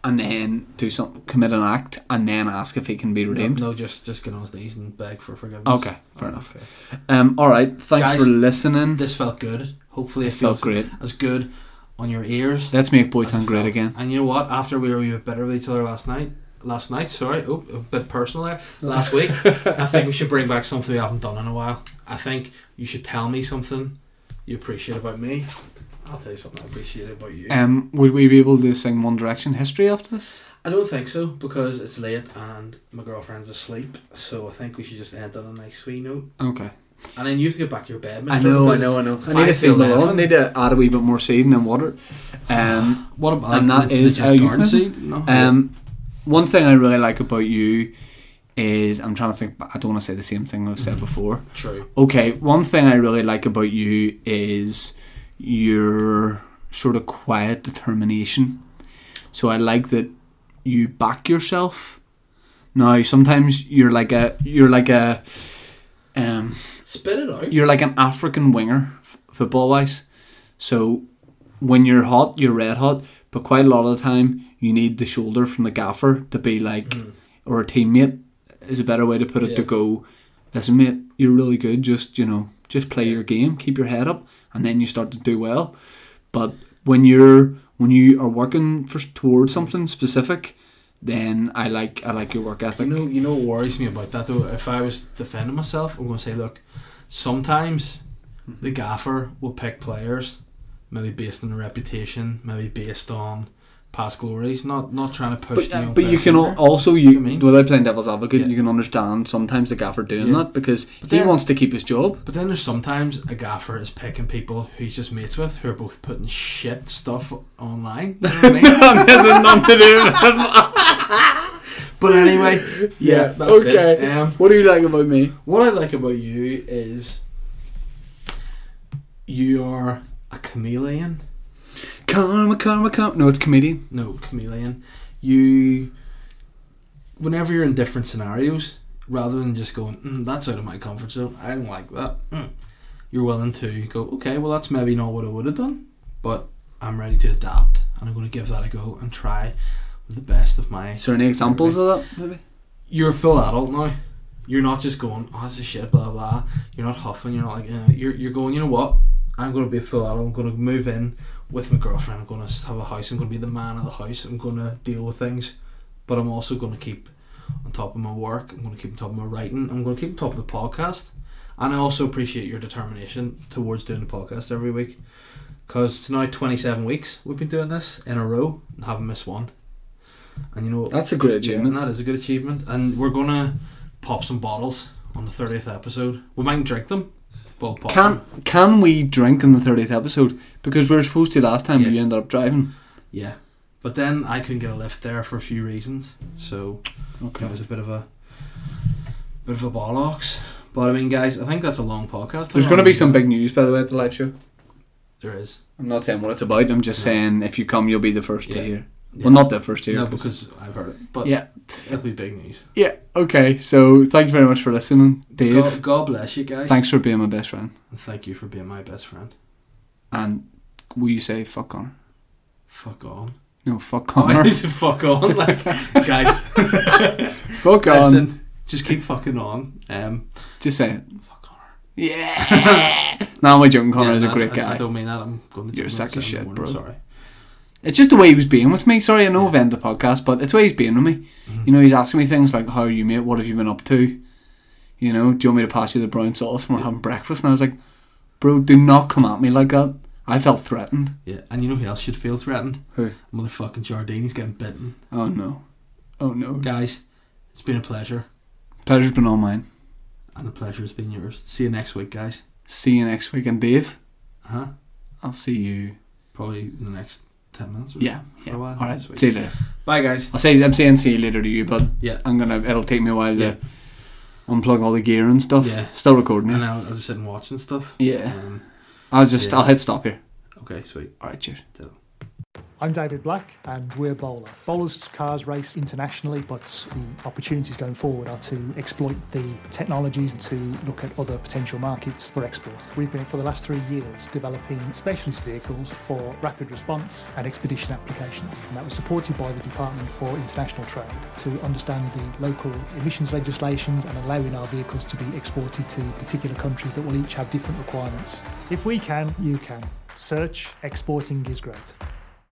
and then do something, commit an act, and then ask if he can be No, redeemed. no, just just get on his knees and beg for forgiveness. Okay, fair enough. Okay. Um. All right. Thanks Guys, for listening. This felt good. Hopefully, it, It felt feels great. as good on your ears. Let's make as it Boytown great felt. again. And you know what? After we were a wee bit better with each other last night, last night, sorry, oh, a bit personal there, last week, I think we should bring back something we haven't done in a while. I think you should tell me something you appreciate about me. I'll tell you something I appreciate about you. Um. Would we be able to sing One Direction history after this? I don't think so because it's late and my girlfriend's asleep, so I think we should just end on a nice wee note. Okay. And then you have to get back to your bed, I mister. know, I because know, I it's know. I five need to till save my lawn. I 11. need to add a wee bit more seed and then water. Um, What about And like, that the, is the how Jack you've Garden met me. seed? No? um, one thing I really like about you is I'm trying to think. but I don't want to say the same thing I've said before. True. Okay, one thing I really like about you is your sort of quiet determination. So I like that you back yourself. Now sometimes you're like a you're like a um Spit it out. you're like an African winger, f- football wise. So when you're hot, you're red hot. But quite a lot of the time, you need the shoulder from the gaffer to be like, Mm. or a teammate is a better way to put it. To Yeah. go, listen, mate, you're really good. Just you know, Just play your game, keep your head up, and then you start to do well. But when you're when you are working for, towards something specific, then I like I like your work You ethic. know, you know what worries me about that though? If I was defending myself, I'm going to say, look, sometimes the gaffer will pick players, maybe based on their reputation, maybe based on past glories, not not trying to push But, uh, the young but you players can al- anywhere. also you you know what I mean? without playing devil's advocate, Yeah. you can understand sometimes the gaffer doing Yeah. that because he then- wants to keep his job. But then there's sometimes a gaffer is picking people who he's just mates with who are both putting shit stuff online. You know what I mean? And this has nothing to do. with- But anyway, yeah, that's it. okay. Um, What do you like about me? what I like about you is you are a chameleon. Karma, karma, karma. No, it's comedian. No, chameleon. You, whenever you're in different scenarios, rather than just going, mm, that's out of my comfort zone, I don't like that, mm, you're willing to go, okay, well, that's maybe not what I would have done, but I'm ready to adapt and I'm going to give that a go and try with the best of my. Is there any examples of that? Maybe. You're a full adult now. You're not just going, oh, this is shit, blah, blah. You're not huffing. You're not like, eh. you're, you're going, you know what? I'm going to be a full adult. I'm going to move in with my girlfriend. I'm going to have a house. I'm going to be the man of the house. I'm going to deal with things. But I'm also going to keep on top of my work. I'm going to keep on top of my writing. I'm going to keep on top of the podcast. And I also appreciate your determination towards doing the podcast every week. Because it's now 27 weeks we've been doing this in a row and haven't missed one. And you know what? That's a great Yeah, achievement. and that is a good achievement. And we're gonna pop some bottles on the thirtieth episode. We might drink them, but we'll pop Can them. can we drink in the thirtieth episode? Because we were supposed to last time, but Yeah. you ended up driving. Yeah. But then I couldn't get a lift there for a few reasons, so Okay. it was a bit of a bit of a bollocks. But I mean, guys, I think that's a long podcast. There's going to be some big news, by the way, at the live show. There is. I'm not saying what it's about. I'm just No. saying if you come, you'll be the first Yeah. to hear. Yeah. Well, not the first to hear. no, because I've heard it. But yeah, it'll be big news. yeah. Okay, so thank you very much for listening, Dave. God, God bless you guys. Thanks for being my best friend. And thank you for being my best friend. And will you say fuck Connor? Fuck on. No, fuck Oh, Connor. I said fuck on, like guys. fuck on. Listen, just keep fucking on. Um, Just say it. fuck on. Yeah. no, my joking. Connor Yeah, is a no, great I, guy. I don't mean that. I'm going to. You're a gym at sack of seven in shit, the morning, bro. Sorry. It's just the way he was being with me. Sorry, I know I've ended the podcast, but it's the way he's being with me. You know, he's asking me things like, How are you, mate? What have you been up to? You know, do you want me to pass you the brown sauce when we're having breakfast? And I was like, Bro, do not come at me like that. I felt threatened. Yeah, and you know who else should feel threatened? Who? Motherfucking Jardini's getting bitten. Oh no. Oh no. Guys, it's been a pleasure, Pleasure's been all mine. and the pleasure has been yours. See you next week, guys. See you next week. And Dave, Uh huh. I'll see you. Probably in the next ten minutes. Or Yeah. For a yeah. while All right. next week. See you later. so. Bye, guys. I'll say I'm saying see you later to you, but Yeah. I'm gonna. It'll take me a while Yeah. to unplug all the gear and stuff. Yeah. Still recording. And Yeah. I'll, I'll just sit and watch and stuff. yeah. Um, I'll just. Yeah. I'll hit stop here. okay, sweet. All right. Cheers. I'm David Black, and we're Bowler. Bowler's cars race internationally, but the opportunities going forward are to exploit the technologies to look at other potential markets for export. We've been for the last three years developing specialist vehicles for rapid response and expedition applications, and that was supported by the Department for International Trade to understand the local emissions legislations and allowing our vehicles to be exported to particular countries that will each have different requirements. If we can, you can. Search exporting is great.